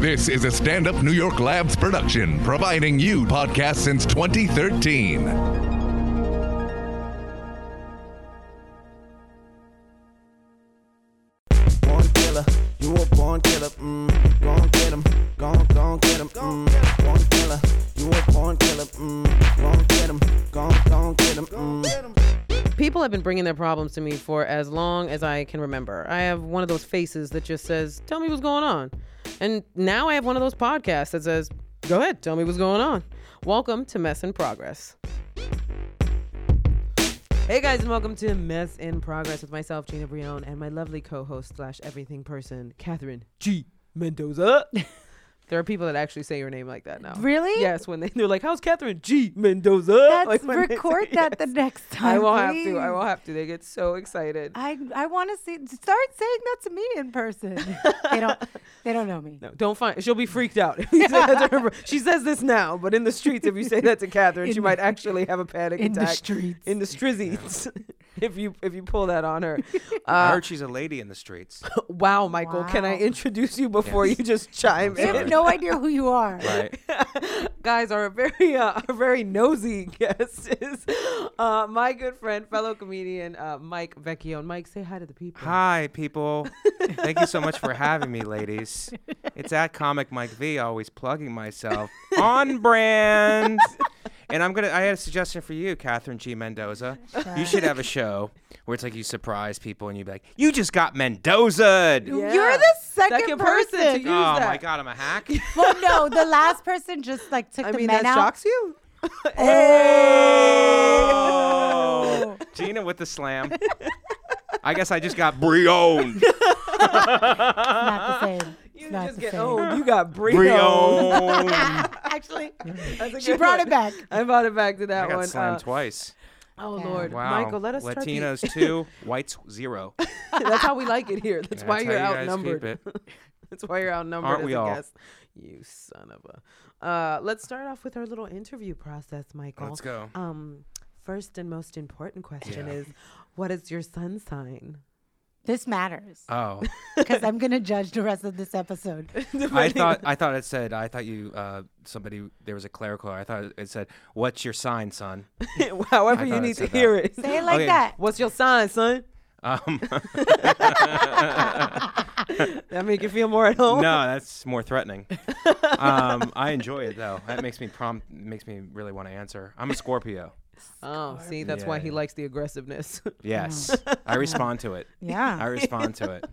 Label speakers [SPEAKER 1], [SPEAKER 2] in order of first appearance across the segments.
[SPEAKER 1] This is a stand up New York Labs production, providing you podcasts since 2013.
[SPEAKER 2] born killer. You a born killer. Mm, gon' get him. Gon' gon' get him. Mm, born killer. You a born killer. Mm, gon' get him. Gon' gon' get him. Mm.
[SPEAKER 3] People have been bringing their problems to me for as long as I can remember. I have one of those faces that just says, Tell me what's going on. And now I have one of those podcasts that says, Go ahead, tell me what's going on. Welcome to Mess in Progress. Hey guys, and welcome to Mess in Progress with myself, Gina Brion, and my lovely co host slash everything person, Catherine G. Mendoza. there are people that actually say your name like that now.
[SPEAKER 4] Really?
[SPEAKER 3] Yes, when they, they're like, How's Catherine G. Mendoza?
[SPEAKER 4] Let's
[SPEAKER 3] Like, when they
[SPEAKER 4] record
[SPEAKER 3] say-
[SPEAKER 4] that the next time.
[SPEAKER 3] I will have to. I
[SPEAKER 4] please.
[SPEAKER 3] will have to. They get so excited.
[SPEAKER 4] I, I want to see start saying that to me in person. they don't they don't know me.
[SPEAKER 3] no, don't find. She'll be freaked out. if you say that to her. she says this now, but in the streets, if you say that to Catherine,
[SPEAKER 4] In
[SPEAKER 3] she
[SPEAKER 4] the-
[SPEAKER 3] might actually have a panic
[SPEAKER 4] in the
[SPEAKER 3] attack
[SPEAKER 4] streets.
[SPEAKER 3] in the strizzies. if you if you pull that on her,
[SPEAKER 5] I
[SPEAKER 3] uh,
[SPEAKER 5] heard she's a lady in the streets.
[SPEAKER 3] wow, Michael, can I
[SPEAKER 4] Wow.
[SPEAKER 3] introduce you before you just chime
[SPEAKER 4] they have
[SPEAKER 3] in?
[SPEAKER 4] no idea who you are.
[SPEAKER 5] right.
[SPEAKER 3] guys, our very uh, our very nosy guest is uh, my good friend, fellow comedian uh, Mike Vecchione. Mike, say hi to the people.
[SPEAKER 5] Hi, people. Thank you so much for having me, ladies. It's at Comic Mike V, always plugging myself on brand. And I'm gonna. I had a suggestion for you, Catherine G. Mendoza. You should have a show where it's like you surprise people and you be like, "You just got Mendoza."
[SPEAKER 4] You're the second,
[SPEAKER 3] Second person
[SPEAKER 4] person.
[SPEAKER 3] to use
[SPEAKER 5] Oh my
[SPEAKER 3] that.
[SPEAKER 5] God, I'm a hack.
[SPEAKER 4] well, no, the last person just like took
[SPEAKER 3] I
[SPEAKER 4] the
[SPEAKER 3] mean,
[SPEAKER 4] men
[SPEAKER 3] that
[SPEAKER 4] out.
[SPEAKER 3] shocks you.
[SPEAKER 5] oh, Gina with the slam. I guess I just got brioned.
[SPEAKER 4] It's not the same. It's
[SPEAKER 3] You
[SPEAKER 4] not
[SPEAKER 3] just
[SPEAKER 4] the
[SPEAKER 3] get
[SPEAKER 4] same.
[SPEAKER 3] owned. You got Brio.
[SPEAKER 5] Brioned.
[SPEAKER 4] Actually,
[SPEAKER 3] That's a
[SPEAKER 4] she
[SPEAKER 3] good
[SPEAKER 4] brought
[SPEAKER 3] one.
[SPEAKER 4] it back.
[SPEAKER 3] I brought it back to that
[SPEAKER 5] I got
[SPEAKER 3] one.
[SPEAKER 5] slammed
[SPEAKER 3] Uh,
[SPEAKER 5] twice.
[SPEAKER 3] oh
[SPEAKER 4] Yeah.
[SPEAKER 3] Lord,
[SPEAKER 5] Wow.
[SPEAKER 3] Michael, let us start the-
[SPEAKER 5] Latinos two, whites zero. That's,
[SPEAKER 3] That's how we like it here. That's, why
[SPEAKER 5] how
[SPEAKER 3] you're
[SPEAKER 5] you guys keep
[SPEAKER 3] outnumbered.
[SPEAKER 5] it.
[SPEAKER 3] That's why you're outnumbered
[SPEAKER 5] Aren't
[SPEAKER 3] as
[SPEAKER 5] we
[SPEAKER 3] a
[SPEAKER 5] all?
[SPEAKER 3] guest. You son of a. Uh, let's start off with our little interview process, Michael.
[SPEAKER 5] Let's go.
[SPEAKER 3] Um, first and most important question
[SPEAKER 5] Yeah.
[SPEAKER 3] is, what is your sun sign?
[SPEAKER 4] This matters
[SPEAKER 5] Oh,
[SPEAKER 4] because I'm gonna judge the rest of this episode.
[SPEAKER 5] I thought I thought it said I thought you uh, somebody there was a clerical. I thought it said, "What's your sign, son?"
[SPEAKER 3] However,
[SPEAKER 5] I
[SPEAKER 3] you
[SPEAKER 5] thought it
[SPEAKER 3] need to
[SPEAKER 5] said that.
[SPEAKER 3] hear it.
[SPEAKER 4] Say it like
[SPEAKER 5] Okay.
[SPEAKER 4] that.
[SPEAKER 3] What's your sign, son?
[SPEAKER 5] Um,
[SPEAKER 3] That make you feel more at
[SPEAKER 5] no,
[SPEAKER 3] home.
[SPEAKER 5] that's more threatening. Um, I enjoy it though. That makes me prompt. Makes me really want to answer. I'm a Scorpio.
[SPEAKER 3] Oh, see, that's why
[SPEAKER 5] Yeah,
[SPEAKER 3] he
[SPEAKER 5] yeah.
[SPEAKER 3] likes the aggressiveness.
[SPEAKER 5] Yes, I respond to it.
[SPEAKER 4] Yeah.
[SPEAKER 5] I respond to it.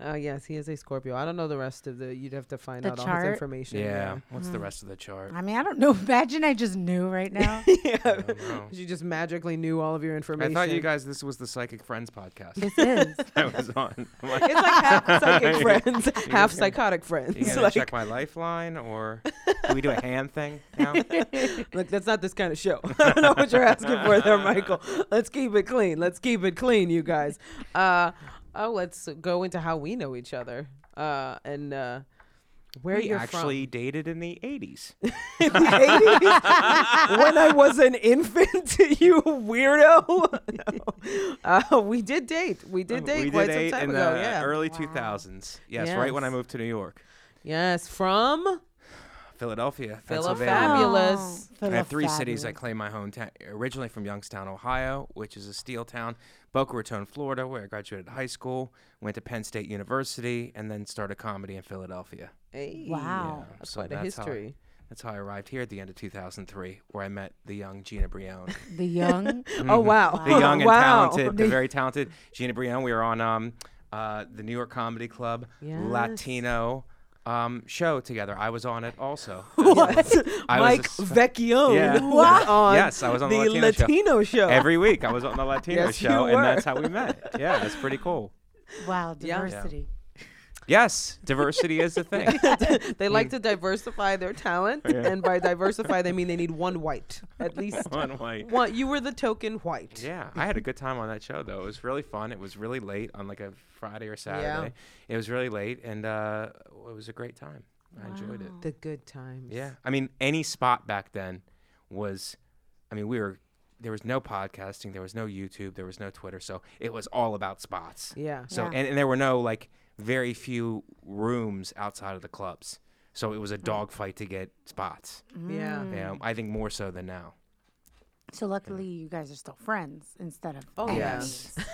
[SPEAKER 3] Oh yes, he is a Scorpio. I don't know the rest of the. You'd have to find
[SPEAKER 4] The
[SPEAKER 3] out all his
[SPEAKER 4] chart?
[SPEAKER 3] information.
[SPEAKER 5] Yeah. What's
[SPEAKER 3] Hmm.
[SPEAKER 5] the rest of the chart?
[SPEAKER 4] I mean, I don't know. Imagine I just knew right now.
[SPEAKER 3] yeah.
[SPEAKER 5] know.
[SPEAKER 3] she just magically knew all of your
[SPEAKER 5] Oh. I
[SPEAKER 3] information.
[SPEAKER 5] thought you guys. This was the Psychic Friends podcast.
[SPEAKER 4] this is.
[SPEAKER 5] I was on. I'm like,
[SPEAKER 3] It's like half psychic friends, half psychotic friends.
[SPEAKER 5] You gonna
[SPEAKER 3] like,
[SPEAKER 5] check my lifeline, or do we do a hand thing now?
[SPEAKER 3] look, that's not this kind of show. I don't know what you're asking for there, Michael. Let's keep it clean. Let's keep it clean, you guys. Uh, oh, let's go into how we know each other uh, and uh, where
[SPEAKER 5] we
[SPEAKER 3] you're
[SPEAKER 5] actually dated in the '80s.
[SPEAKER 3] from. In the 80s, when I was an infant, you weirdo. uh, we did date. We did date
[SPEAKER 5] we
[SPEAKER 3] quite
[SPEAKER 5] did eight
[SPEAKER 3] some time
[SPEAKER 5] in
[SPEAKER 3] ago.
[SPEAKER 5] the
[SPEAKER 3] yeah.
[SPEAKER 5] early 2000s. Yes, right when I
[SPEAKER 3] Yes.
[SPEAKER 5] moved to New York,
[SPEAKER 3] Yes, from
[SPEAKER 5] Philadelphia,
[SPEAKER 3] Phila
[SPEAKER 5] Pennsylvania.
[SPEAKER 3] Fabulous.
[SPEAKER 4] Full
[SPEAKER 5] I have
[SPEAKER 4] of
[SPEAKER 5] three cities I
[SPEAKER 4] fabulous.
[SPEAKER 5] claim my hometown. Originally from Youngstown, Ohio, which is a steel town, Boca Raton, Florida, where I graduated high school, went to Penn State University, and then started comedy in Philadelphia.
[SPEAKER 3] Hey,
[SPEAKER 4] Wow.
[SPEAKER 5] Mm. Yeah,
[SPEAKER 3] that's
[SPEAKER 5] so
[SPEAKER 3] quite a
[SPEAKER 5] that's how I-
[SPEAKER 3] history.
[SPEAKER 5] That's how I arrived here at the end of 2003, where I met the young Gina Brion.
[SPEAKER 4] The young.
[SPEAKER 3] Oh wow,
[SPEAKER 5] Mm-hmm. the young and
[SPEAKER 3] wow.
[SPEAKER 5] talented, the very talented Gina Brion. We were on um, uh, the New York Comedy Club
[SPEAKER 3] Yes.
[SPEAKER 5] Latino um, show together. I was on it also.
[SPEAKER 3] What?
[SPEAKER 5] I was a
[SPEAKER 3] Mike
[SPEAKER 5] s-
[SPEAKER 3] Vecchione
[SPEAKER 5] Yeah.
[SPEAKER 3] was on
[SPEAKER 5] Yes, I was on the
[SPEAKER 3] the
[SPEAKER 5] Latino show.
[SPEAKER 3] show.
[SPEAKER 5] Every week I was on the Latino
[SPEAKER 3] Yes, you
[SPEAKER 5] show,
[SPEAKER 3] were.
[SPEAKER 5] and that's how we met. Yeah, that's pretty cool.
[SPEAKER 4] Wow,
[SPEAKER 3] Yeah. Yeah.
[SPEAKER 4] diversity.
[SPEAKER 5] Yes, diversity is a thing.
[SPEAKER 3] they like
[SPEAKER 5] Mm.
[SPEAKER 3] to diversify their talent, and by diversify they mean they need one white at least.
[SPEAKER 5] One way.
[SPEAKER 3] One, you were the token white.
[SPEAKER 5] Yeah, I had a good time on that show though. It was really fun. It was really late on like a Friday or Saturday. It was really late, and uh, it was a great time. I enjoyed it.
[SPEAKER 3] The good times.
[SPEAKER 5] Yeah. I mean, any spot back then was, I mean, we were, there was no podcasting, there was no YouTube, there was no Twitter. So it was all about spots.
[SPEAKER 3] Yeah.
[SPEAKER 5] So,
[SPEAKER 4] Yeah.
[SPEAKER 5] and, and there were no like very few rooms outside of the clubs. So it was a dogfight to get spots.
[SPEAKER 3] Yeah.
[SPEAKER 5] Yeah, I think more so than now.
[SPEAKER 4] Mm. So luckily, you guys are still friends instead of.
[SPEAKER 3] Oh,
[SPEAKER 4] enemies.
[SPEAKER 3] yes.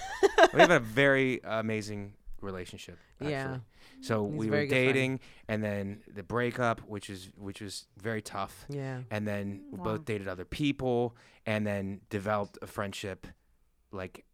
[SPEAKER 5] we have a very amazing relationship. Actually.
[SPEAKER 3] Yeah.
[SPEAKER 5] So
[SPEAKER 3] He's
[SPEAKER 5] we
[SPEAKER 3] a
[SPEAKER 5] were
[SPEAKER 3] very good friend.
[SPEAKER 5] dating, and then the breakup, which is which was very tough.
[SPEAKER 3] Yeah.
[SPEAKER 5] And then we
[SPEAKER 4] Wow.
[SPEAKER 5] both dated other people, and then developed a friendship, like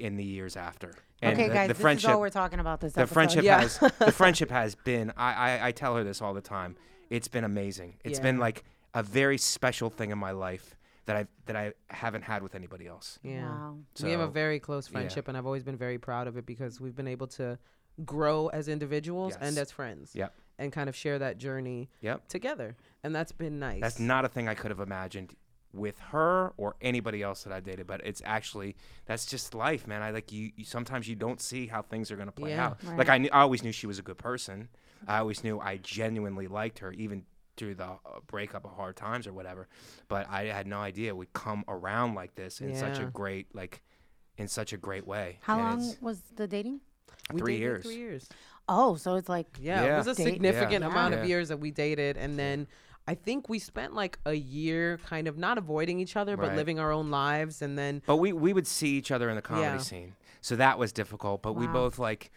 [SPEAKER 5] in the years after. And
[SPEAKER 4] okay,
[SPEAKER 5] the,
[SPEAKER 4] guys,
[SPEAKER 5] the
[SPEAKER 4] this
[SPEAKER 5] friendship,
[SPEAKER 4] is all we're talking about. This
[SPEAKER 5] the
[SPEAKER 4] episode.
[SPEAKER 5] friendship
[SPEAKER 3] Yeah.
[SPEAKER 5] has the friendship has been. I, I I tell her this all the time. It's been amazing. It's been
[SPEAKER 3] Yeah.
[SPEAKER 5] like a very special thing in my life that I that I haven't had with anybody else.
[SPEAKER 3] Yeah.
[SPEAKER 4] Wow.
[SPEAKER 3] we have a
[SPEAKER 5] So-
[SPEAKER 3] very close friendship, and I've always been very proud of it because we've been able to grow as individuals and
[SPEAKER 5] Yes.
[SPEAKER 3] as friends.
[SPEAKER 5] Yep.
[SPEAKER 3] And kind of share that journey
[SPEAKER 5] Yep.
[SPEAKER 3] together. And that's been nice.
[SPEAKER 5] That's not a thing I could have imagined with her or anybody else that I dated, but it's actually that's just life, man. I like you, you sometimes you don't see how things are going to play
[SPEAKER 3] Yeah.
[SPEAKER 5] out. Like I knew I always knew she was a good person. I always knew I genuinely liked her even through the uh, breakup of hard times or whatever, but I had no idea it would come around like this in such a
[SPEAKER 3] Yeah.
[SPEAKER 5] great like in such a great way.
[SPEAKER 4] How
[SPEAKER 5] And
[SPEAKER 4] long
[SPEAKER 5] it's
[SPEAKER 4] was the dating?
[SPEAKER 3] We
[SPEAKER 5] three
[SPEAKER 3] dated
[SPEAKER 5] years.
[SPEAKER 3] Three years.
[SPEAKER 4] Oh, so it's like
[SPEAKER 3] Yeah,
[SPEAKER 5] Yeah.
[SPEAKER 3] it was a
[SPEAKER 4] Date-
[SPEAKER 3] significant
[SPEAKER 4] Yeah.
[SPEAKER 3] amount
[SPEAKER 5] Yeah.
[SPEAKER 3] of years that we dated, and then I think we spent like a year kind of not avoiding each other, but
[SPEAKER 5] Right.
[SPEAKER 3] living our own lives, and then
[SPEAKER 5] But we we would see each other in the comedy
[SPEAKER 3] Yeah.
[SPEAKER 5] scene, so that was difficult. But we
[SPEAKER 4] Wow.
[SPEAKER 5] both like,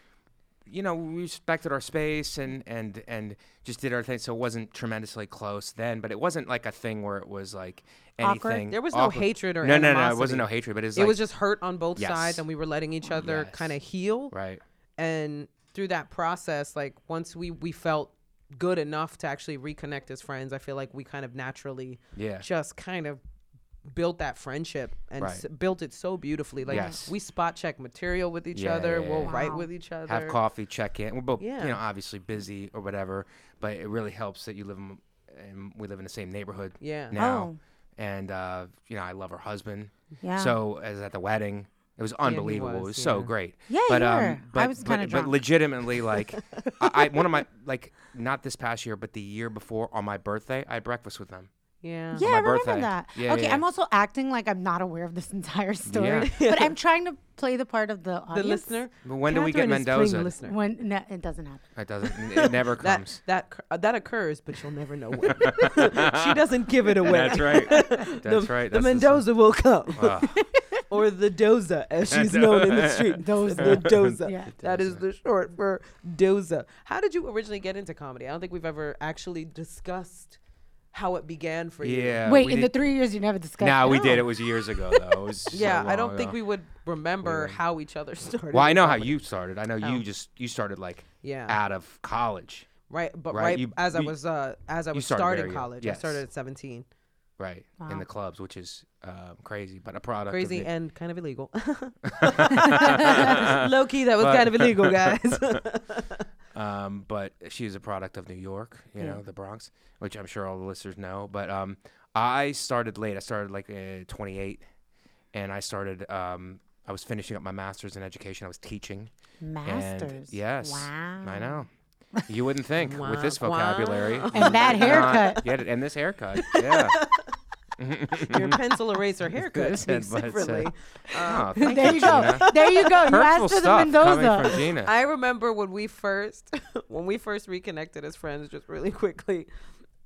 [SPEAKER 5] you know, we respected our space and and and just did our thing. So it wasn't tremendously close then, but it wasn't like a thing where it was like
[SPEAKER 4] Awkward?
[SPEAKER 5] anything.
[SPEAKER 3] There was no hatred or
[SPEAKER 5] no no no. It wasn't
[SPEAKER 3] animosity.
[SPEAKER 5] no hatred, but it was
[SPEAKER 3] it
[SPEAKER 5] like,
[SPEAKER 3] was just hurt on both
[SPEAKER 5] Yes.
[SPEAKER 3] sides, and we were letting each other
[SPEAKER 5] Yes.
[SPEAKER 3] kind of heal.
[SPEAKER 5] right.
[SPEAKER 3] And through that process, like once we we felt good enough to actually reconnect as friends, I feel like we kind of naturally
[SPEAKER 5] Yeah.
[SPEAKER 3] just kind of built that friendship and
[SPEAKER 5] Right.
[SPEAKER 3] s- built it so beautifully. Like
[SPEAKER 5] Yes.
[SPEAKER 3] we spot check material with each
[SPEAKER 5] Yeah,
[SPEAKER 3] other,
[SPEAKER 5] yeah,
[SPEAKER 3] we'll
[SPEAKER 5] yeah.
[SPEAKER 3] write
[SPEAKER 4] Wow.
[SPEAKER 3] with each other,
[SPEAKER 5] Have coffee, check in. We're both
[SPEAKER 3] Yeah.
[SPEAKER 5] you know obviously busy or whatever, but it really helps that you live in, and we live in the same neighborhood.
[SPEAKER 3] Yeah.
[SPEAKER 5] Now.
[SPEAKER 4] Oh.
[SPEAKER 5] And uh, you know I love her husband.
[SPEAKER 4] Yeah.
[SPEAKER 5] So as at the wedding, it was unbelievable. it
[SPEAKER 3] was,
[SPEAKER 5] was so
[SPEAKER 3] yeah.
[SPEAKER 5] great.
[SPEAKER 4] Yeah,
[SPEAKER 5] but
[SPEAKER 4] you
[SPEAKER 5] um,
[SPEAKER 4] were. I
[SPEAKER 5] but,
[SPEAKER 4] was
[SPEAKER 5] but,
[SPEAKER 4] kinda
[SPEAKER 5] but
[SPEAKER 4] drunk.
[SPEAKER 5] legitimately, like, I, I one of my like not this past year, but the year before on my birthday, I had breakfast with them.
[SPEAKER 3] Yeah.
[SPEAKER 4] Yeah,
[SPEAKER 5] my
[SPEAKER 4] I remember
[SPEAKER 5] birthday.
[SPEAKER 4] that.
[SPEAKER 5] Yeah,
[SPEAKER 4] okay,
[SPEAKER 5] yeah,
[SPEAKER 4] I'm
[SPEAKER 5] yeah.
[SPEAKER 4] also acting like I'm not aware of this entire story,
[SPEAKER 5] Yeah.
[SPEAKER 4] but I'm trying to play the part of the
[SPEAKER 3] The
[SPEAKER 4] audience.
[SPEAKER 3] listener.
[SPEAKER 5] But when do we get
[SPEAKER 3] Catherine is playing the
[SPEAKER 5] Mendoza?
[SPEAKER 3] listener.
[SPEAKER 4] When no, it doesn't happen.
[SPEAKER 5] It doesn't. It never comes.
[SPEAKER 3] That that cur- uh, that occurs, but you'll never know when. she doesn't give it away.
[SPEAKER 5] That's right. That's
[SPEAKER 3] the,
[SPEAKER 5] right.
[SPEAKER 3] The
[SPEAKER 5] That's
[SPEAKER 3] Mendoza will come,
[SPEAKER 5] Wow.
[SPEAKER 3] or the Doza, as she's known in the street. Doza, the Doza.
[SPEAKER 4] Yeah.
[SPEAKER 3] That is the short for Doza. How did you originally get into comedy? I don't think we've ever actually discussed how it began for you.
[SPEAKER 5] Yeah.
[SPEAKER 4] Wait,
[SPEAKER 5] Uh, we
[SPEAKER 4] in
[SPEAKER 5] did,
[SPEAKER 4] the three years you never discussed.
[SPEAKER 5] Nah,
[SPEAKER 4] it. Oh,
[SPEAKER 5] we did. It was years ago though. It was so
[SPEAKER 3] Yeah, I
[SPEAKER 5] long
[SPEAKER 3] don't think
[SPEAKER 5] ago.
[SPEAKER 3] we would remember how each other started.
[SPEAKER 5] Well, I
[SPEAKER 3] in
[SPEAKER 5] know how
[SPEAKER 3] comedy.
[SPEAKER 5] you started. I know you just you started like
[SPEAKER 3] Oh. Yeah.
[SPEAKER 5] out of college,
[SPEAKER 3] right, but
[SPEAKER 5] right,
[SPEAKER 3] right,
[SPEAKER 5] you-
[SPEAKER 3] as I
[SPEAKER 5] you-
[SPEAKER 3] was uh, as I was
[SPEAKER 5] started very
[SPEAKER 3] starting
[SPEAKER 5] young,
[SPEAKER 3] college,
[SPEAKER 5] yes.
[SPEAKER 3] I started at seventeen.
[SPEAKER 5] right, in the clubs, which is um, crazy, but a product. of
[SPEAKER 3] crazy
[SPEAKER 5] the-
[SPEAKER 3] and kind of illegal. Low key, that was kind of illegal, guys.
[SPEAKER 5] um, but she is a product of New York, you know, the Bronx, which I'm sure all the listeners know. But um, I started late. I started like uh, 28, and I started. Um, I was finishing up my master's in education. I was teaching. and-
[SPEAKER 4] Masters.
[SPEAKER 5] yes.
[SPEAKER 4] Wow.
[SPEAKER 5] I know. You wouldn't think with this
[SPEAKER 3] Wow.
[SPEAKER 5] vocabulary
[SPEAKER 4] And that
[SPEAKER 5] you would not
[SPEAKER 4] haircut.
[SPEAKER 5] get it, and this haircut. Yeah.
[SPEAKER 3] Your pencil eraser haircut
[SPEAKER 5] This
[SPEAKER 3] speaks
[SPEAKER 5] headbutt said-
[SPEAKER 3] differently.
[SPEAKER 5] Oh, thank
[SPEAKER 4] There you go.
[SPEAKER 5] Gina.
[SPEAKER 4] There you go. You
[SPEAKER 5] Hurtful
[SPEAKER 4] asked for the
[SPEAKER 5] stuff coming
[SPEAKER 4] Mendoza.
[SPEAKER 5] from Gina.
[SPEAKER 3] I remember when we first when we first reconnected as friends, just really quickly.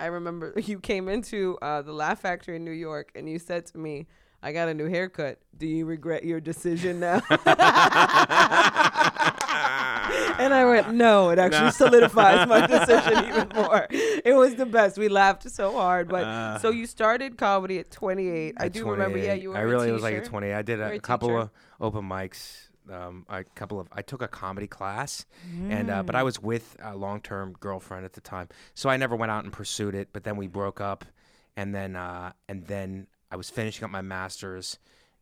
[SPEAKER 3] I remember you came into uh, the Laugh Factory in New York, and you said to me, "I got a new haircut. Do you regret your decision now?" and I went, "No, it actually solidifies my decision even more. It was the best. We laughed so hard." But so you started comedy at 28. I
[SPEAKER 5] Uh. at
[SPEAKER 3] do remember. Yeah,
[SPEAKER 5] 28.
[SPEAKER 3] you were.
[SPEAKER 5] I
[SPEAKER 3] a
[SPEAKER 5] really was like a
[SPEAKER 3] teacher.
[SPEAKER 5] 20. I did
[SPEAKER 3] You're
[SPEAKER 5] a,
[SPEAKER 3] a
[SPEAKER 5] couple
[SPEAKER 3] teacher.
[SPEAKER 5] of open mics. Um, a couple of I took a comedy class, and uh,
[SPEAKER 4] Mm.
[SPEAKER 5] but I was with a long-term girlfriend at the time, so I never went out and pursued it. But then we broke up, and then uh, and then I was finishing up my masters,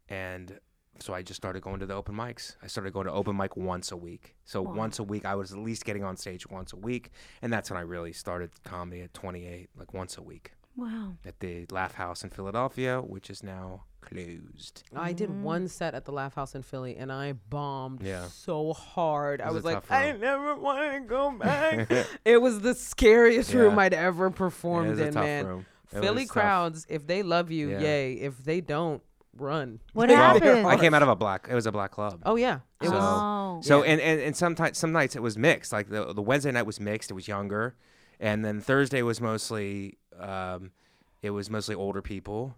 [SPEAKER 5] and so I just started going to the open mics. I started going to open mic once a week. So once a week, I was at least getting on stage once a week, and that's when I really started comedy at 28, like once a week
[SPEAKER 4] Wow.
[SPEAKER 5] at the Laugh House in Philadelphia, which is now closed.
[SPEAKER 3] I did one set at the Laugh House in Philly, and I bombed
[SPEAKER 5] Yeah.
[SPEAKER 3] so hard. I
[SPEAKER 5] was a
[SPEAKER 3] was like,
[SPEAKER 5] tough
[SPEAKER 3] I
[SPEAKER 5] room.
[SPEAKER 3] never want to go back. it was the scariest room
[SPEAKER 5] Yeah.
[SPEAKER 3] I'd ever performed
[SPEAKER 5] a
[SPEAKER 3] in,
[SPEAKER 5] tough
[SPEAKER 3] man.
[SPEAKER 5] room. It
[SPEAKER 3] Philly
[SPEAKER 5] was tough.
[SPEAKER 3] crowds, if they love you,
[SPEAKER 5] Yeah.
[SPEAKER 3] yay. If they don't, run.
[SPEAKER 4] What
[SPEAKER 3] Like,
[SPEAKER 5] Well,
[SPEAKER 3] they're
[SPEAKER 4] happened?
[SPEAKER 5] I
[SPEAKER 3] hard.
[SPEAKER 5] came out of a black. It was a black club.
[SPEAKER 3] Oh yeah, it
[SPEAKER 5] so,
[SPEAKER 3] was.
[SPEAKER 4] Oh.
[SPEAKER 5] so and, and and sometimes some nights it was mixed. Like the the Wednesday night was mixed. It was younger, and then Thursday was mostly um, it was mostly older people,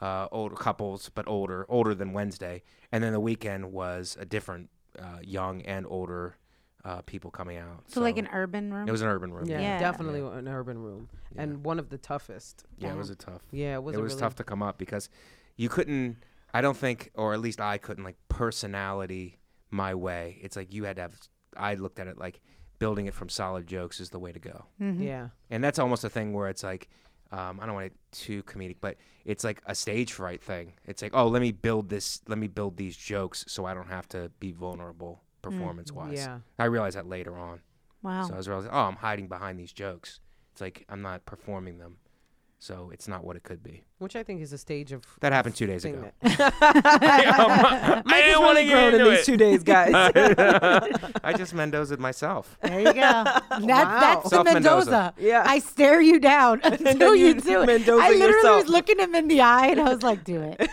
[SPEAKER 5] uh, older couples, but older older than Wednesday. And then the weekend was a different uh, young and older uh, people coming out.
[SPEAKER 4] So, like an urban room.
[SPEAKER 5] it was an urban room.
[SPEAKER 3] Yeah,
[SPEAKER 4] Yeah.
[SPEAKER 3] definitely an urban room and one of the toughest.
[SPEAKER 5] Yeah, it was a tough.
[SPEAKER 3] Yeah, it was.
[SPEAKER 5] it
[SPEAKER 3] a
[SPEAKER 5] was
[SPEAKER 3] really,
[SPEAKER 5] tough to come up because you couldn't i don't think or at least i couldn't like personality my way it's like you had to have i looked at it like building it from solid jokes is the way to go
[SPEAKER 4] Mm-hmm.
[SPEAKER 3] Yeah,
[SPEAKER 5] and that's almost a thing where it's like um, i don't want it too comedic but it's like a stage fright thing it's like oh let me build this let me build these jokes so i don't have to be vulnerable performance wise
[SPEAKER 3] Mm, yeah.
[SPEAKER 5] i realized that later on
[SPEAKER 4] wow.
[SPEAKER 5] so I was realizing, oh, I'm hiding behind these jokes. It's like I'm not performing them, so it's not what it could be.
[SPEAKER 3] which I think is a stage of
[SPEAKER 5] That happened two days ago.
[SPEAKER 3] that-
[SPEAKER 5] I
[SPEAKER 3] Mike has really grown in these two days, guys.
[SPEAKER 5] I just Mendoza myself.
[SPEAKER 4] there you go. That's that's the
[SPEAKER 5] Self Mendoza.
[SPEAKER 4] Mendoza.
[SPEAKER 3] Yeah.
[SPEAKER 4] I stare you down until you
[SPEAKER 3] you
[SPEAKER 4] do it.
[SPEAKER 3] Mendoza
[SPEAKER 4] I literally
[SPEAKER 3] yourself.
[SPEAKER 4] was looking him in the eye and I was like, "Do it."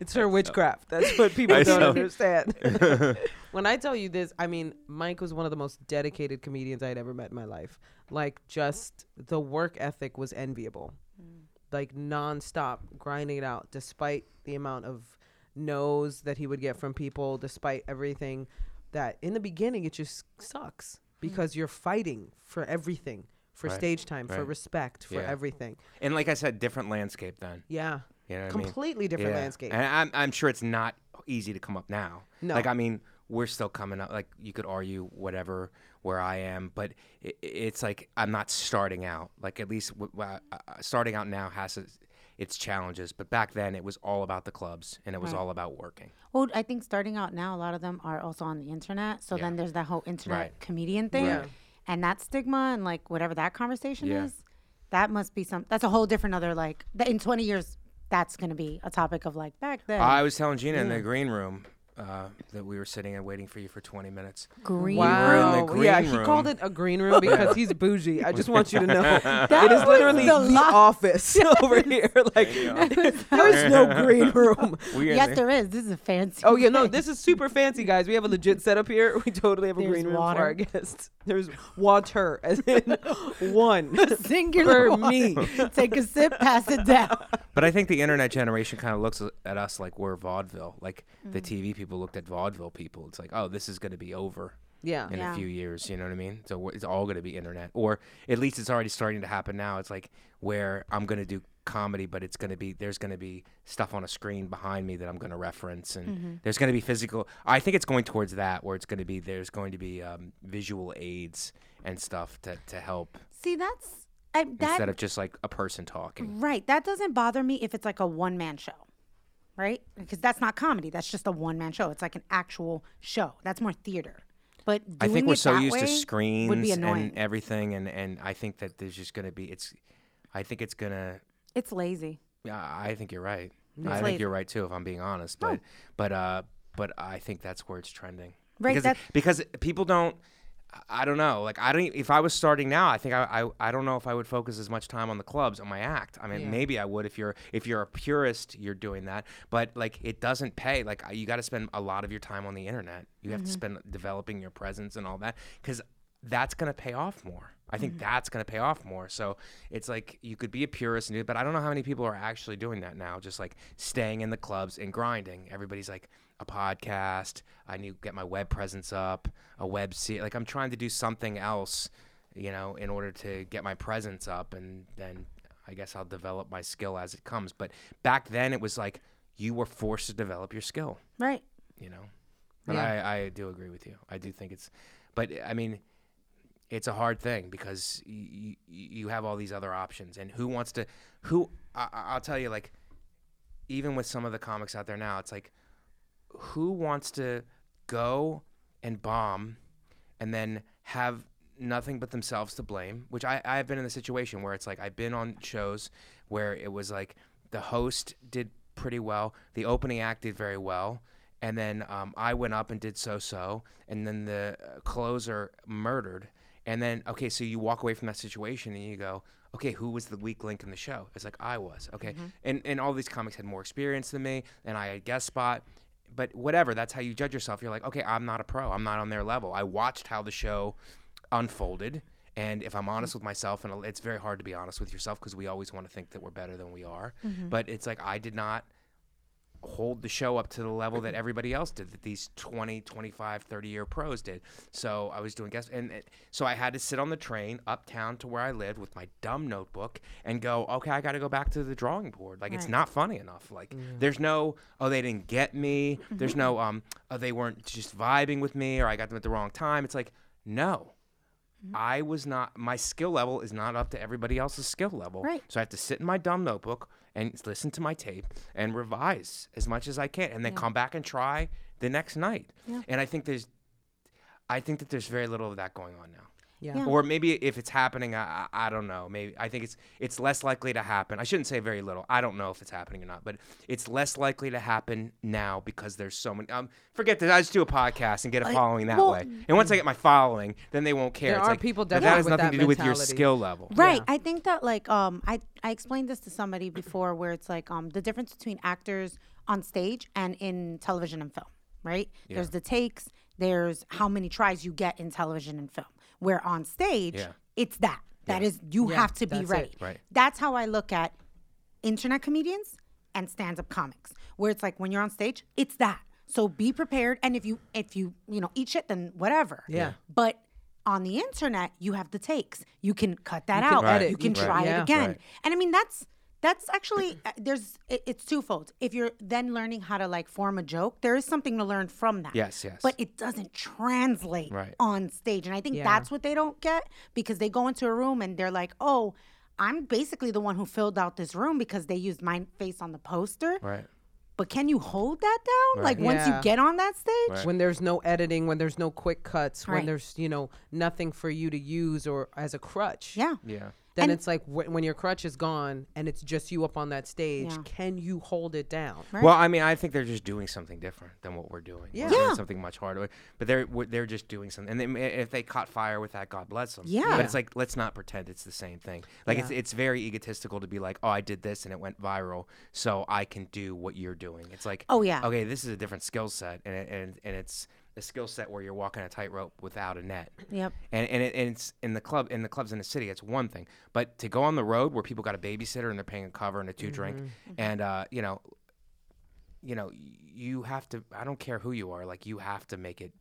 [SPEAKER 3] It's her witchcraft. That's what people
[SPEAKER 5] I
[SPEAKER 3] don't
[SPEAKER 5] know.
[SPEAKER 3] understand. when I tell you this, I mean, Mike was one of the most dedicated comedians I had ever met in my life. Like, just the work ethic was enviable. Like, nonstop grinding it out, despite the amount of no's that he would get from people, despite everything that in the beginning, it just sucks because you're fighting for everything for
[SPEAKER 5] Right.
[SPEAKER 3] stage time, for
[SPEAKER 5] Right.
[SPEAKER 3] respect, for
[SPEAKER 5] Yeah.
[SPEAKER 3] everything.
[SPEAKER 5] And like I said, different landscape then.
[SPEAKER 3] Yeah.
[SPEAKER 5] You know what I mean?
[SPEAKER 3] Completely different
[SPEAKER 5] Yeah.
[SPEAKER 3] landscape.
[SPEAKER 5] And I'm, I'm sure it's not easy to come up now.
[SPEAKER 3] No.
[SPEAKER 5] Like, I mean, we're still coming up. Like, you could argue whatever where I am, but i it's like I'm not starting out. Like, at least w- w- uh, starting out now has its, its challenges. But back then, it was all about the clubs and
[SPEAKER 3] Mm.
[SPEAKER 5] it was all about working.
[SPEAKER 4] Well, I think starting out now, a lot of them are also on the internet. So then there's that whole internet
[SPEAKER 5] Right.
[SPEAKER 4] comedian thing,
[SPEAKER 3] Right.
[SPEAKER 4] and that stigma and like whatever that conversation
[SPEAKER 5] Yeah.
[SPEAKER 4] is, that must be some. That's a whole different other like. That in 20 years, that's gonna be a topic of like back then.
[SPEAKER 5] I was telling Gina in the green room uh, that we were sitting and waiting for you for 20 minutes.
[SPEAKER 4] green.
[SPEAKER 5] were in the
[SPEAKER 3] yeah,
[SPEAKER 5] green
[SPEAKER 3] he called
[SPEAKER 5] room.
[SPEAKER 3] it a green room because he's bougie. I just want you to know. it is
[SPEAKER 4] was
[SPEAKER 3] literally the,
[SPEAKER 4] the lie.
[SPEAKER 3] office over here. Like there's no green room.
[SPEAKER 5] We
[SPEAKER 4] Yes, there is. This is a fancy.
[SPEAKER 3] eh? Oh yeah, no, this is super fancy, guys. We have a legit setup here. We totally have a
[SPEAKER 4] There's
[SPEAKER 3] green room
[SPEAKER 4] water.
[SPEAKER 3] for our guests. There's water as in one. For
[SPEAKER 4] singular water.
[SPEAKER 3] me.
[SPEAKER 4] Take a sip, pass it down.
[SPEAKER 5] But I think the internet generation kind of looks at us like we're vaudeville. Like the TV people looked at vaudeville people. It's like, oh, this is going to be over
[SPEAKER 3] Yeah.
[SPEAKER 5] in
[SPEAKER 4] Yeah.
[SPEAKER 5] a few years. You know what I mean? So we're- it's all going to be internet, or at least it's already starting to happen now. It's like where I'm going to do comedy, but it's going to be there's going to be stuff on a screen behind me that I'm going to reference, and there's going to be physical. I think it's going towards that, where it's going to be there's going to be um, visual aids and stuff to to help
[SPEAKER 4] See, that's I, that
[SPEAKER 5] instead of just like a person talking.
[SPEAKER 4] Right. That doesn't bother me if it's like a one man show, right? Because that's not comedy. That's just a one man show. It's like an actual show. That's more theater. But
[SPEAKER 5] I
[SPEAKER 4] doing
[SPEAKER 5] think we're
[SPEAKER 4] it
[SPEAKER 5] so
[SPEAKER 4] that
[SPEAKER 5] used
[SPEAKER 4] way
[SPEAKER 5] to
[SPEAKER 4] Would
[SPEAKER 5] screens
[SPEAKER 4] be
[SPEAKER 5] and
[SPEAKER 4] annoying.
[SPEAKER 5] everything, and and I think that there's just gonna be it's. I think it's gonna.
[SPEAKER 4] it's lazy.
[SPEAKER 5] yeah, I think you're right. I
[SPEAKER 4] lazy.
[SPEAKER 5] think you're right too, if I'm being honest. But but uh, but I think that's where it's trending.
[SPEAKER 4] Right,
[SPEAKER 5] Because,
[SPEAKER 4] that-
[SPEAKER 5] because people don't. I- I don't know. Like I don't. e, If I was starting now, I think I, I. I don't know if I would focus as much time on the clubs on my act. I mean, maybe I would if you're if you're a purist, you're doing that. But like, it doesn't pay. Like you got to spend a lot of your time on the internet. You have to spend developing your presence and all that because that's gonna pay off more. I think that's gonna pay off more. So it's like you could be a purist and do it, but I don't know how many people are actually doing that now. Just like staying in the clubs and grinding. Everybody's like a podcast. I need to get my web presence up, a web se- Like I'm trying to do something else, you know, in order to get my presence up, and then I guess I'll develop my skill as it comes. But back then it was like you were forced to develop your skill
[SPEAKER 4] Right.
[SPEAKER 5] you know. But
[SPEAKER 3] Yeah.
[SPEAKER 5] I, I do agree with you. I do think it's, but I mean, it's a hard thing because you, you have all these other options, and who wants to? Who I, I- I'll tell you, like, even with some of the comics out there now, it's like, who wants to go and bomb, and then have nothing but themselves to blame? Which I I've been in the situation where it's like I've been on shows where it was like the host did pretty well, the opening act did very well, and then um, I went up and did so so, and then the uh, closer murdered. And then, okay, so you walk away from that situation and you go, okay, who was the weak link in the show? It's like I was. Okay, and and all these comics had more experience than me, and I had a guest spot. But whatever, that's how you judge yourself. You're like, okay, I'm not a pro. I'm not on their level. I watched how the show unfolded. And if I'm honest with myself, and it's very hard to be honest with yourself because we always want to think that we're better than we are. But it's like, I did not hold the show up to the level that everybody else did that these 20 25 30 year pros did so i was doing guest and it, so i had to sit on the train uptown to where i lived with my dumb notebook and go okay i gotta go back to the drawing board like it's not funny enough like there's no oh they didn't get me there's no um oh, they weren't just vibing with me or i got them at the wrong time it's like no
[SPEAKER 4] Mm-hmm.
[SPEAKER 5] I was not my skill level is not up to everybody else's skill level.
[SPEAKER 4] Right.
[SPEAKER 5] So I have to sit in my dumb notebook and s- listen to my tape and revise as much as I can and then come back and try the next night. And I think there's I think that there's very little of that going on now.
[SPEAKER 3] Yeah.
[SPEAKER 4] Yeah.
[SPEAKER 5] Or maybe if it's happening, I, I I don't know. Maybe I think it's it's less likely to happen. I shouldn't say very little. I don't know if it's happening or not, but it's less likely to happen now because there's so many. Um, forget that. I just do a podcast and get a following that
[SPEAKER 4] well- mm.
[SPEAKER 5] way. And once I get my following, then they won't care.
[SPEAKER 3] There
[SPEAKER 5] it's
[SPEAKER 3] are
[SPEAKER 5] like,
[SPEAKER 3] people
[SPEAKER 5] but that
[SPEAKER 3] definitely
[SPEAKER 5] has
[SPEAKER 3] with
[SPEAKER 5] nothing
[SPEAKER 3] that
[SPEAKER 5] to do with your
[SPEAKER 3] mentality.
[SPEAKER 5] skill level.
[SPEAKER 4] Right. I think that like um I I explained this to somebody before where it's like um the difference between actors on stage and in television and film, right? There's the takes, there's how many tries you get in television and film. Where on stage,
[SPEAKER 5] Yeah.
[SPEAKER 4] it's that. That is you have to be
[SPEAKER 3] that's it.
[SPEAKER 4] ready.
[SPEAKER 5] Right.
[SPEAKER 4] That's how I look at internet comedians and stand-up comics where it's like when you're on stage it's that so be prepared and if you if you you know eat shit then whatever
[SPEAKER 3] Yeah.
[SPEAKER 4] but on the internet you have the takes you can cut that
[SPEAKER 3] can
[SPEAKER 4] out
[SPEAKER 3] edit,
[SPEAKER 4] you
[SPEAKER 3] you
[SPEAKER 4] can
[SPEAKER 3] can-
[SPEAKER 4] try it
[SPEAKER 3] Yeah.
[SPEAKER 4] again
[SPEAKER 5] Right.
[SPEAKER 4] and i mean that's that's actually uh, there's it, it's twofold if you're then learning how to like form a joke there is something to learn from that
[SPEAKER 5] Yes, yes.
[SPEAKER 4] but it doesn't translate
[SPEAKER 5] Right.
[SPEAKER 4] on stage and i think
[SPEAKER 3] Yeah.
[SPEAKER 4] that's what they don't get because they go into a room and they're like oh i'm basically the one who filled out this room because they used my face on the poster
[SPEAKER 5] Right.
[SPEAKER 4] but can you hold that down like once you
[SPEAKER 3] Yeah.
[SPEAKER 4] get on that stage
[SPEAKER 5] Right.
[SPEAKER 3] when there's no editing, when there's no quick cuts,
[SPEAKER 4] Right.
[SPEAKER 3] when there's you know nothing for you to use or as a crutch.
[SPEAKER 4] yeah
[SPEAKER 5] Yeah.
[SPEAKER 3] Then
[SPEAKER 4] And-
[SPEAKER 3] it's like wh- when your crutch is gone and it's just you up on that stage.
[SPEAKER 4] Yeah.
[SPEAKER 3] Can you hold it down?
[SPEAKER 4] Right.
[SPEAKER 5] Well, I mean, I think they're just doing something different than what we're doing.
[SPEAKER 3] Yeah.
[SPEAKER 5] We're doing
[SPEAKER 4] Yeah.
[SPEAKER 5] something much harder. But they're we're- they're just doing something. And they, if they caught fire with that, God bless them.
[SPEAKER 4] Yeah.
[SPEAKER 5] But it's like let's not pretend it's the same thing. Like it's it's very egotistical to be like, oh, I did this and it went viral, so I can do what you're doing. It's like,
[SPEAKER 4] Oh, yeah.
[SPEAKER 5] okay, this is a different skill set, and it, and and it's a skill set where you're walking a tightrope without a net.
[SPEAKER 4] Yep.
[SPEAKER 5] And and, it, and it's in the club in the clubs in the city. It's one thing, but to go on the road where people got a babysitter and they're paying a cover and a 2 drink, and uh, you know, you know, you have to. I don't care who you are. Like you have to make it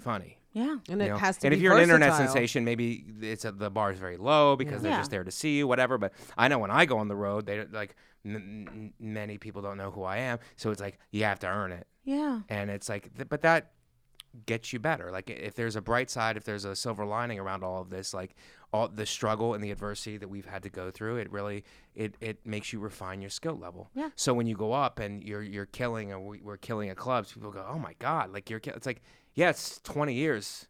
[SPEAKER 5] funny.
[SPEAKER 4] yeah
[SPEAKER 3] And
[SPEAKER 5] you
[SPEAKER 3] it
[SPEAKER 5] know?
[SPEAKER 3] has to.
[SPEAKER 5] and
[SPEAKER 3] be
[SPEAKER 5] if you're an internet
[SPEAKER 3] versatile.
[SPEAKER 5] sensation, maybe it's at the bar's very low because they're
[SPEAKER 4] Yeah.
[SPEAKER 5] just there to see you, whatever. But I know when I go on the road, they don't- like m- m- many people don't know who I am, so it's like you have to earn it,
[SPEAKER 4] yeah
[SPEAKER 5] and it's like, th- but that gets you better. Like i- if there's a bright side, if there's a silver lining around all of this, like all the struggle and the adversity that we've had to go through, it really it it makes you refine your skill level.
[SPEAKER 4] Yeah.
[SPEAKER 5] So when you go up and you're you're killing and we, we're killing at clubs, people go, "Oh my god, like you're kill-. it's like, yeah, it's 20 years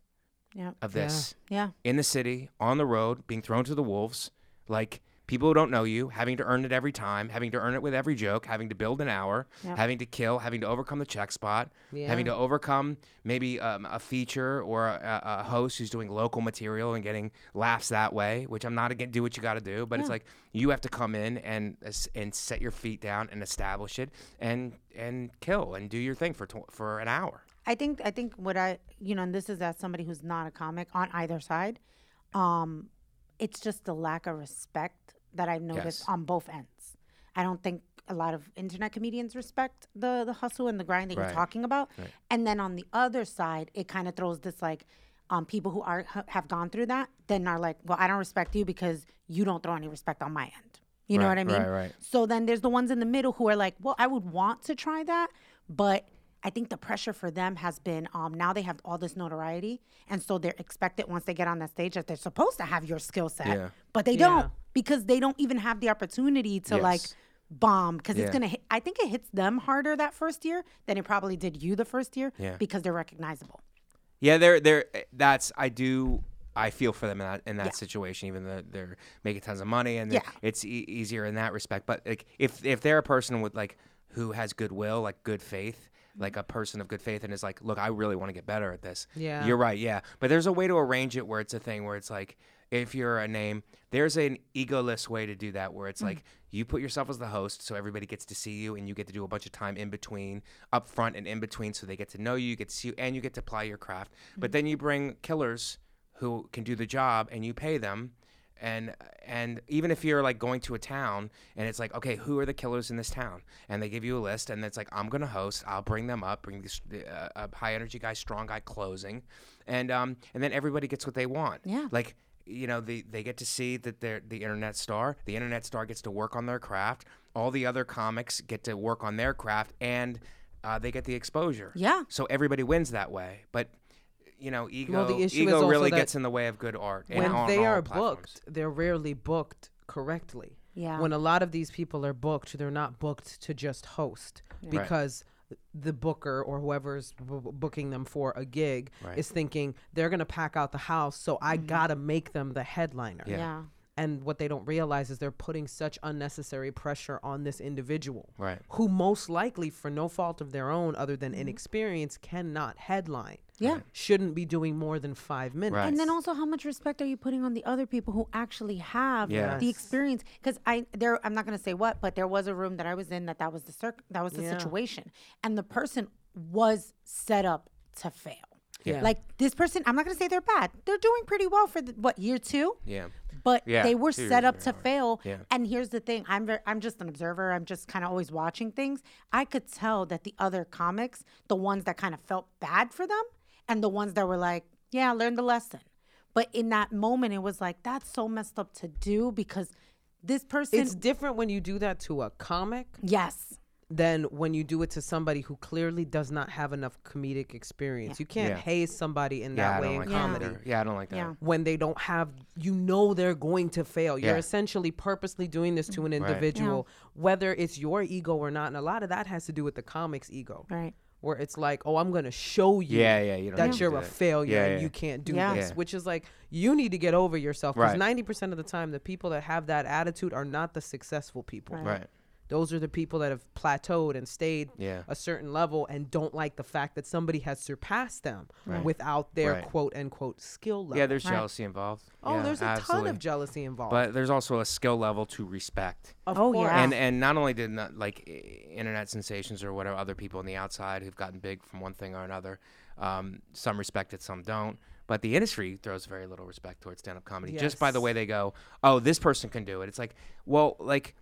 [SPEAKER 4] yeah
[SPEAKER 5] of
[SPEAKER 3] Yeah.
[SPEAKER 5] this
[SPEAKER 4] yeah
[SPEAKER 5] in the city, on the road, being thrown to the wolves, like people who don't know you, having to earn it every time, having to earn it with every joke, having to build an hour,
[SPEAKER 4] Yep.
[SPEAKER 5] having to kill, having to overcome the check spot, having to overcome maybe um, a feature or a, a a host who's doing local material and getting laughs that way, which I'm not against, do what you got to do, but it's like you have to come in and es- and set your feet down and establish it and and kill and do your thing for tw- for an hour.
[SPEAKER 4] I think I think what I you know, and this is as somebody who's not a comic on either side, um, it's just the lack of respect that I've noticed
[SPEAKER 5] Yes.
[SPEAKER 4] on both ends. I don't think a lot of internet comedians respect the the hustle and the grind that you're
[SPEAKER 5] Right.
[SPEAKER 4] talking about. And then on the other side, it kind of throws this like um, people who are ha- have gone through that then are like, well, I don't respect you because you don't throw any respect on my end. You know what
[SPEAKER 5] Right,
[SPEAKER 4] I mean?
[SPEAKER 5] right, right.
[SPEAKER 4] So then there's the ones in the middle who are like, well, I would want to try that, but I think the pressure for them has been um, now they have all this notoriety, and so they're expected once they get on that stage that they're supposed to have your skill set,
[SPEAKER 5] Yeah.
[SPEAKER 4] but they don't because they don't even have the opportunity to like
[SPEAKER 5] Yes.
[SPEAKER 4] bomb because it's
[SPEAKER 5] Yeah.
[SPEAKER 4] gonna. Hit, I think it hits them harder that first year than it probably did you the first year
[SPEAKER 5] Yeah.
[SPEAKER 4] because they're recognizable.
[SPEAKER 5] Yeah, they're they're eh, that's I do I feel for them in that in that situation, even though they're making tons of money and
[SPEAKER 4] Yeah.
[SPEAKER 5] it's e- easier in that respect. But like if if they're a person with like who has goodwill, like good faith, like a person of good faith, and is like, look, I really want to get better at this.
[SPEAKER 3] Yeah.
[SPEAKER 5] you're right. Yeah, but there's a way to arrange it where it's a thing where it's like. if you're a name, there's an egoless way to do that where it's like you put yourself as the host so everybody gets to see you and you get to do a bunch of time in between, up front and in between so they get to know you, you get to see you, and you get to apply your craft. But then you bring killers who can do the job and you pay them and and even if you're like going to a town and it's like okay who are the killers in this town and they give you a list and it's like i'm gonna host i'll bring them up bring this uh, a high energy guy strong guy closing and um and then everybody gets what they want
[SPEAKER 4] Yeah.
[SPEAKER 5] like you know the, they get to see that they're the internet star the internet star gets to work on their craft all the other comics get to work on their craft and uh, they get the exposure
[SPEAKER 4] Yeah.
[SPEAKER 5] so everybody wins that way but you know ego
[SPEAKER 3] Well, the issue
[SPEAKER 5] ego
[SPEAKER 3] is also
[SPEAKER 5] really
[SPEAKER 3] that
[SPEAKER 5] gets in the way of good art and
[SPEAKER 3] when
[SPEAKER 5] on
[SPEAKER 3] they
[SPEAKER 5] all
[SPEAKER 3] are
[SPEAKER 5] platforms.
[SPEAKER 3] booked, they're rarely booked correctly.
[SPEAKER 4] Yeah.
[SPEAKER 3] When a lot of these people are booked, they're not booked to just host because the booker or whoever's b- b- booking them for a gig is thinking they're going to pack out the house, so I got to make them the headliner.
[SPEAKER 4] Mm-hmm. Yeah.
[SPEAKER 3] And what they don't realize is they're putting such unnecessary pressure on this individual,
[SPEAKER 5] Right.
[SPEAKER 3] Who most likely, for no fault of their own, other than inexperience, cannot headline.
[SPEAKER 4] Mm-hmm. Yeah. Right.
[SPEAKER 3] shouldn't be doing more than five minutes.
[SPEAKER 5] Right.
[SPEAKER 4] And then also, how much respect are you putting on the other people who actually have
[SPEAKER 5] Yeah.
[SPEAKER 4] the experience? Because I there, I'm not gonna say what, but there was a room that I was in that that was the circ- that was the situation, and the person was set up to fail.
[SPEAKER 3] Yeah.
[SPEAKER 4] Like this person, I'm not gonna say they're bad. They're doing pretty well for the, what year two.
[SPEAKER 5] Yeah.
[SPEAKER 4] But
[SPEAKER 5] Yeah,
[SPEAKER 4] they were
[SPEAKER 5] two
[SPEAKER 4] set
[SPEAKER 5] years
[SPEAKER 4] up to
[SPEAKER 5] ago.
[SPEAKER 4] fail.
[SPEAKER 5] Yeah.
[SPEAKER 4] And here's the thing: I'm very, I'm just an observer. I'm just kind of always watching things. I could tell that the other comics, the ones that kind of felt bad for them, and the ones that were like, "Yeah, I learned the lesson." But in that moment, it was like that's so messed up to do because this person,
[SPEAKER 3] It's different when you do that to a comic
[SPEAKER 4] yes,
[SPEAKER 3] than when you do it to somebody who clearly does not have enough comedic experience. You can't
[SPEAKER 5] Yeah.
[SPEAKER 3] haze somebody in
[SPEAKER 5] Yeah,
[SPEAKER 3] that
[SPEAKER 5] I
[SPEAKER 3] way
[SPEAKER 5] don't
[SPEAKER 3] in
[SPEAKER 5] like
[SPEAKER 3] comedy.
[SPEAKER 5] that. Yeah, I don't like that.
[SPEAKER 4] Yeah.
[SPEAKER 3] When they don't have, you know, they're going to fail. You're
[SPEAKER 5] Yeah.
[SPEAKER 3] essentially purposely doing this to an individual, whether it's your ego or not. And a lot of that has to do with the comic's ego,
[SPEAKER 4] right,
[SPEAKER 3] where it's like, oh, I'm going to show you,
[SPEAKER 5] Yeah, yeah, you don't
[SPEAKER 3] that
[SPEAKER 5] need to
[SPEAKER 3] you're
[SPEAKER 5] do
[SPEAKER 3] a
[SPEAKER 5] that.
[SPEAKER 3] failure
[SPEAKER 5] Yeah,
[SPEAKER 3] and
[SPEAKER 5] yeah.
[SPEAKER 3] you can't do
[SPEAKER 4] Yeah.
[SPEAKER 3] this,
[SPEAKER 5] Yeah.
[SPEAKER 3] which is like, you need to get over yourself because
[SPEAKER 5] Right.
[SPEAKER 3] 90% of the time, the people that have that attitude are not the successful people.
[SPEAKER 5] Right.
[SPEAKER 3] Those are the people that have plateaued and stayed
[SPEAKER 5] Yeah.
[SPEAKER 3] a certain level and don't like the fact that somebody has surpassed them without their
[SPEAKER 5] Right.
[SPEAKER 3] quote unquote skill level.
[SPEAKER 5] Yeah, there's jealousy involved.
[SPEAKER 3] oh,
[SPEAKER 5] Yeah,
[SPEAKER 3] there's a
[SPEAKER 5] absolutely.
[SPEAKER 3] ton of jealousy involved.
[SPEAKER 5] But there's also a skill level to respect.
[SPEAKER 3] of
[SPEAKER 4] Oh,
[SPEAKER 3] course.
[SPEAKER 4] yeah.
[SPEAKER 5] And and not only did not like i- internet sensations or whatever other people on the outside who've gotten big from one thing or another, um, some respect it, some don't. But the industry throws very little respect towards stand-up comedy just by the
[SPEAKER 3] Yes.
[SPEAKER 5] way they go. Oh, this person can do it. It's like, well, like,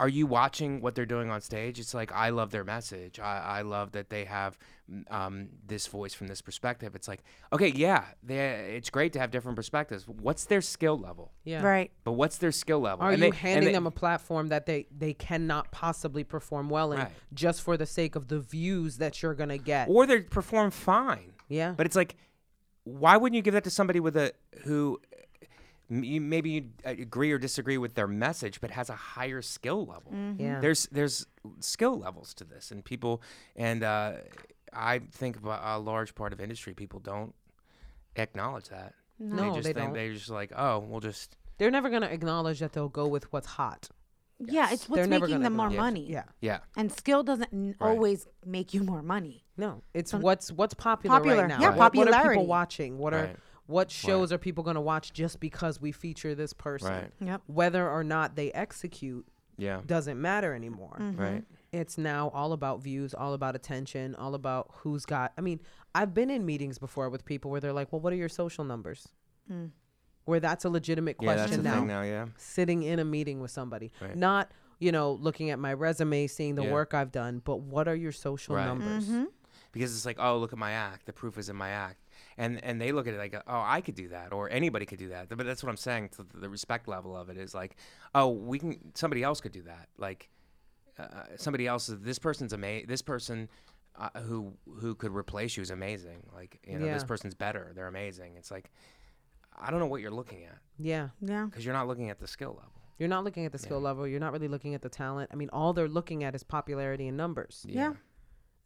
[SPEAKER 5] are you watching what they're doing on stage? It's like I love their message. I, I love that they have mm, um, this voice from this perspective. It's like, okay, yeah, they, it's great to have different perspectives. What's their skill level?
[SPEAKER 3] yeah.
[SPEAKER 4] right.
[SPEAKER 5] But what's their skill level?
[SPEAKER 3] Are
[SPEAKER 5] And
[SPEAKER 3] you
[SPEAKER 5] they- and
[SPEAKER 3] handing
[SPEAKER 5] they-
[SPEAKER 3] them a platform that they, they cannot possibly perform well in
[SPEAKER 5] Right.
[SPEAKER 3] just for the sake of the views that you're going to get?
[SPEAKER 5] or they perform fine.
[SPEAKER 3] Yeah.
[SPEAKER 5] But it's like, why wouldn't you give that to somebody with a who uh, m- you- maybe you uh, agree or disagree with their message, but has a higher skill level?
[SPEAKER 3] Yeah.
[SPEAKER 5] There's there's skill levels to this, and people and uh, I think b- a large part of industry people don't acknowledge that.
[SPEAKER 3] No,
[SPEAKER 5] they just
[SPEAKER 3] they
[SPEAKER 5] think
[SPEAKER 3] don't.
[SPEAKER 5] they're just like, oh, we'll just
[SPEAKER 3] They're never going to acknowledge that they'll go with what's hot.
[SPEAKER 4] Yeah, it's what's
[SPEAKER 3] They're never
[SPEAKER 4] making
[SPEAKER 3] gonna
[SPEAKER 4] them more
[SPEAKER 3] acknowledge
[SPEAKER 4] money.
[SPEAKER 3] Yeah.
[SPEAKER 5] yeah.
[SPEAKER 4] and skill doesn't n always make you more money.
[SPEAKER 3] No, it's what's what's popular,
[SPEAKER 4] Popular,
[SPEAKER 3] right now.
[SPEAKER 4] yeah,
[SPEAKER 3] What- what, are
[SPEAKER 4] popularity.
[SPEAKER 3] people watching? What are
[SPEAKER 5] Right.
[SPEAKER 3] what shows are people going to watch just because we feature this person?
[SPEAKER 5] Right.
[SPEAKER 4] Yep.
[SPEAKER 3] Whether or not they execute
[SPEAKER 5] Yeah.
[SPEAKER 3] doesn't matter anymore.
[SPEAKER 4] Mm.
[SPEAKER 5] Right.
[SPEAKER 3] It's now all about views, all about attention, all about who's got. I mean, I've been in meetings before with people where they're like, "Well, what are your social numbers?"
[SPEAKER 4] Mm.
[SPEAKER 3] Where that's a legitimate
[SPEAKER 5] Yeah,
[SPEAKER 3] question
[SPEAKER 5] that's the
[SPEAKER 3] now
[SPEAKER 5] thing now. Yeah.
[SPEAKER 3] sitting in a meeting with somebody,
[SPEAKER 5] Right.
[SPEAKER 3] not you know looking at my resume, seeing the
[SPEAKER 5] Yeah.
[SPEAKER 3] work I've done, but what are your social
[SPEAKER 5] Right.
[SPEAKER 3] numbers?
[SPEAKER 4] Mm-hmm.
[SPEAKER 5] because it's like, oh, look at my act. The proof is in my act, and and they look at it like, oh, I could do that, or anybody could do that. But that's what I'm saying. So the respect level of it is like, oh, we can. Somebody else could do that. Like, uh, somebody else. This person's amazing. This person. Uh, who who could replace you is amazing. Like you know, this
[SPEAKER 3] Yeah.
[SPEAKER 5] person's better. They're amazing. It's like I don't know what you're looking at
[SPEAKER 4] Mm-hmm.
[SPEAKER 3] Yeah.
[SPEAKER 4] Yeah.
[SPEAKER 5] because you're not looking at the skill level.
[SPEAKER 3] You're not looking at the skill level. You're not really looking at the talent. I mean, all they're looking at is popularity and numbers.
[SPEAKER 4] Yeah.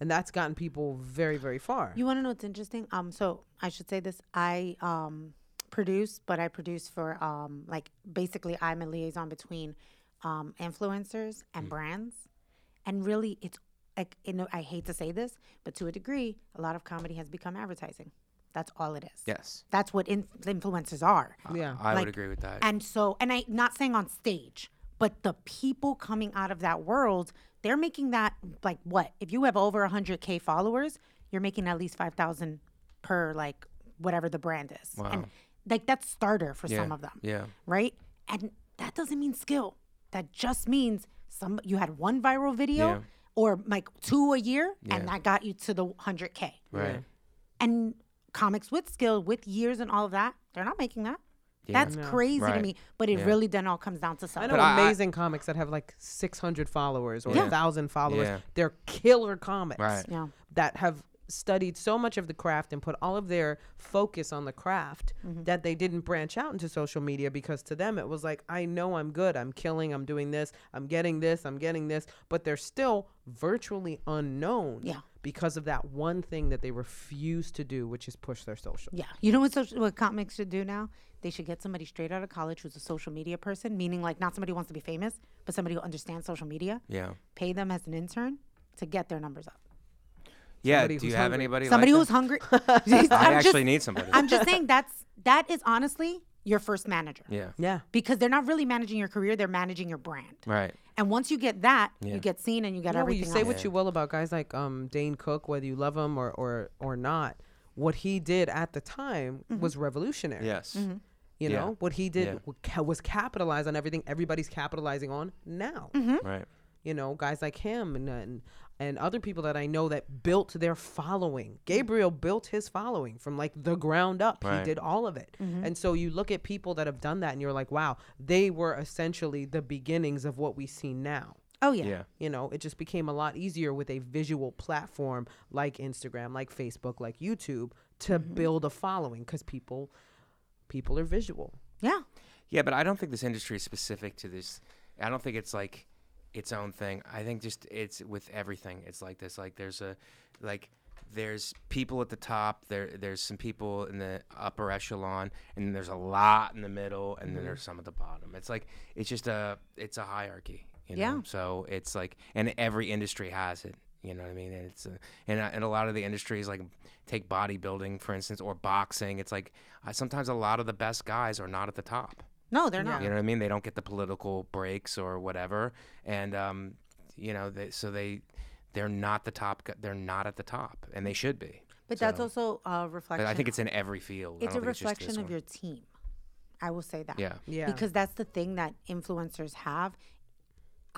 [SPEAKER 3] And that's gotten people very, very far.
[SPEAKER 4] You want to know what's interesting? Um, so I should say this. I um produce, but I produce for um like basically I'm a liaison between um influencers and brands, and really it's like you know I hate to say this, but to a degree, a lot of comedy has become advertising. That's all it is.
[SPEAKER 5] Yes.
[SPEAKER 4] That's what in- influencers are.
[SPEAKER 3] Yeah.
[SPEAKER 5] I
[SPEAKER 4] Like,
[SPEAKER 5] would agree with that.
[SPEAKER 4] And so, and I not saying on stage, but the people coming out of that world, they're making that like what? If you have over 100k followers, you're making at least 5,000 per like whatever the brand is. And like that's starter for some of them.
[SPEAKER 5] yeah.
[SPEAKER 4] Right? And that doesn't mean skill. That just means some you had one viral video
[SPEAKER 5] Yeah.
[SPEAKER 4] or like two a year
[SPEAKER 5] Yeah.
[SPEAKER 4] and that got you to the 100k.
[SPEAKER 5] Right.
[SPEAKER 4] And comics with skill, with years and all of that, they're not making that. That's crazy to
[SPEAKER 5] Right.
[SPEAKER 4] me. But it really then all comes down to
[SPEAKER 3] I
[SPEAKER 4] something.
[SPEAKER 3] know
[SPEAKER 5] But I- I-
[SPEAKER 3] amazing comics that have like 600 followers or a
[SPEAKER 4] Yeah.
[SPEAKER 3] 1,000 followers.
[SPEAKER 5] Yeah.
[SPEAKER 3] They're killer comics
[SPEAKER 5] Right.
[SPEAKER 4] Yeah.
[SPEAKER 3] that have studied so much of the craft and put all of their focus on the craft
[SPEAKER 4] Mm-hmm.
[SPEAKER 3] that they didn't branch out into social media because to them it was like, I know I'm good. I'm killing. I'm doing this. I'm getting this. I'm getting this. But they're still virtually unknown
[SPEAKER 4] Yeah.
[SPEAKER 3] because of that one thing that they refuse to do, which is push their social.
[SPEAKER 4] Yeah. You know what social, what comics should do now? They should get somebody straight out of college who's a social media person, meaning like not somebody who wants to be famous, but somebody who understands social media.
[SPEAKER 5] Yeah.
[SPEAKER 4] Pay them as an intern to get their numbers up.
[SPEAKER 5] Yeah.
[SPEAKER 3] Somebody
[SPEAKER 5] Do
[SPEAKER 3] who's
[SPEAKER 5] you have
[SPEAKER 3] hungry.
[SPEAKER 5] anybody? like
[SPEAKER 4] somebody
[SPEAKER 5] that?
[SPEAKER 4] who's hungry.
[SPEAKER 5] I
[SPEAKER 4] I'm
[SPEAKER 5] actually
[SPEAKER 4] just-
[SPEAKER 5] need somebody.
[SPEAKER 4] I'm just saying that's that is honestly your first manager.
[SPEAKER 5] yeah.
[SPEAKER 3] Yeah.
[SPEAKER 4] Because they're not really managing your career, they're managing your brand.
[SPEAKER 5] Right.
[SPEAKER 4] And once you get that,
[SPEAKER 5] Yeah.
[SPEAKER 4] you get seen and you get
[SPEAKER 3] Yeah, well,
[SPEAKER 4] everything.
[SPEAKER 3] you say
[SPEAKER 4] else.
[SPEAKER 3] what you will about guys like um, Dane Cook, whether you love him or or, or not. What he did at the time was revolutionary.
[SPEAKER 5] Yes.
[SPEAKER 4] Mm-hmm.
[SPEAKER 3] You
[SPEAKER 5] Yeah.
[SPEAKER 3] know what he did
[SPEAKER 5] Yeah.
[SPEAKER 3] wa- ca- was capitalize on everything everybody's capitalizing on now.
[SPEAKER 5] Right.
[SPEAKER 3] You know, guys like him and, and and other people that I know that built their following. Gabriel built his following from like the ground up.
[SPEAKER 5] Right.
[SPEAKER 3] He did all of it. And so you look at people that have done that and you're like, wow, they were essentially the beginnings of what we see now.
[SPEAKER 4] Oh
[SPEAKER 5] Yeah.
[SPEAKER 3] You know, it just became a lot easier with a visual platform like Instagram, like Facebook, like YouTube to build a following because people people are visual.
[SPEAKER 4] Yeah.
[SPEAKER 5] Yeah, but I don't think this industry is specific to this. I don't think it's like its own thing. I think just it's with everything. It's like this. Like there's a like there's people at the top. There there's some people in the upper echelon, and then there's a lot in the middle, and then there's some at the bottom. It's like it's just a it's a hierarchy. You know?
[SPEAKER 4] Yeah.
[SPEAKER 5] So it's like, and every industry has it. You know what I mean? And it's a, and a- and a lot of the industries like take bodybuilding for instance or boxing. It's like I, sometimes a lot of the best guys are not at the top.
[SPEAKER 4] No, they're not.
[SPEAKER 5] You know what I mean? They don't get the political breaks or whatever, and um, you know, they, so they they're not the top. gu- They're not at the top, and they should be.
[SPEAKER 4] But that's also a reflection.
[SPEAKER 5] But I think it's in every field. I
[SPEAKER 4] it's a
[SPEAKER 5] don't think just
[SPEAKER 4] reflection
[SPEAKER 5] this
[SPEAKER 4] of
[SPEAKER 5] one.
[SPEAKER 4] your team. I will say that.
[SPEAKER 5] Yeah.
[SPEAKER 3] Yeah.
[SPEAKER 4] Because that's the thing that influencers have.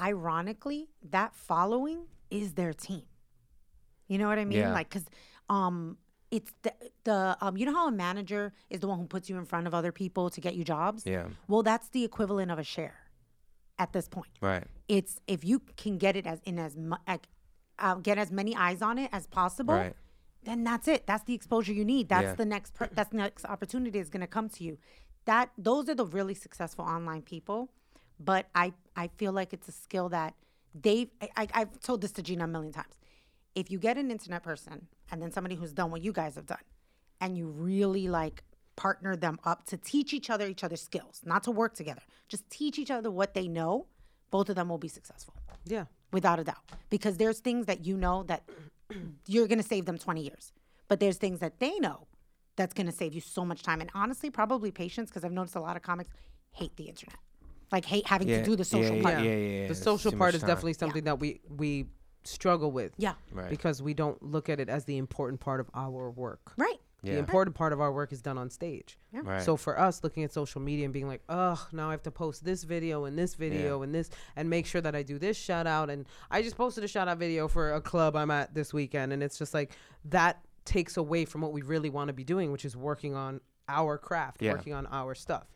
[SPEAKER 4] Ironically, that following is their team. You know what I mean?
[SPEAKER 5] Yeah.
[SPEAKER 4] Like, cause um, it's the the um, you know how a manager is the one who puts you in front of other people to get you jobs.
[SPEAKER 5] Yeah.
[SPEAKER 4] Well, that's the equivalent of a share at this point.
[SPEAKER 5] Right.
[SPEAKER 4] It's if you can get it as in as mu- like, uh, get as many eyes on it as possible
[SPEAKER 5] Right.
[SPEAKER 4] then that's it. That's the exposure you need. That's
[SPEAKER 5] Yeah.
[SPEAKER 4] the next per- that's the next opportunity is going to come to you. That those are the really successful online people, but I I feel like it's a skill that they I, I, I've told this to Gina a million times. If you get an internet person and then somebody who's done what you guys have done, and you really like partner them up to teach each other each other's skills, not to work together, just teach each other what they know, both of them will be successful
[SPEAKER 3] Yeah.
[SPEAKER 4] without a doubt because there's things that you know that you're going to save them 20 years but there's things that they know that's going to save you so much time and honestly probably patience because i've noticed a lot of comics hate the internet like hate having
[SPEAKER 5] Yeah,
[SPEAKER 4] to do the social
[SPEAKER 5] yeah,
[SPEAKER 4] part
[SPEAKER 5] yeah, yeah,
[SPEAKER 3] The
[SPEAKER 5] it's
[SPEAKER 3] social
[SPEAKER 5] too
[SPEAKER 3] part
[SPEAKER 5] much
[SPEAKER 3] is
[SPEAKER 5] time.
[SPEAKER 3] definitely something that we we struggle with.
[SPEAKER 4] Yeah.
[SPEAKER 5] Right.
[SPEAKER 3] Because we don't look at it as the important part of our work.
[SPEAKER 4] right
[SPEAKER 5] Yeah.
[SPEAKER 3] The important part of our work is done on stage.
[SPEAKER 5] Right.
[SPEAKER 3] So for us, looking at social media and being like, "Ugh, now I have to post this video and this video and this, and make sure that I do this shout out." And I just posted a shout out video for a club I'm at this weekend, and it's just like that takes away from what we really want to be doing, which is working on our craft,
[SPEAKER 5] Yeah.
[SPEAKER 3] working on our stuff.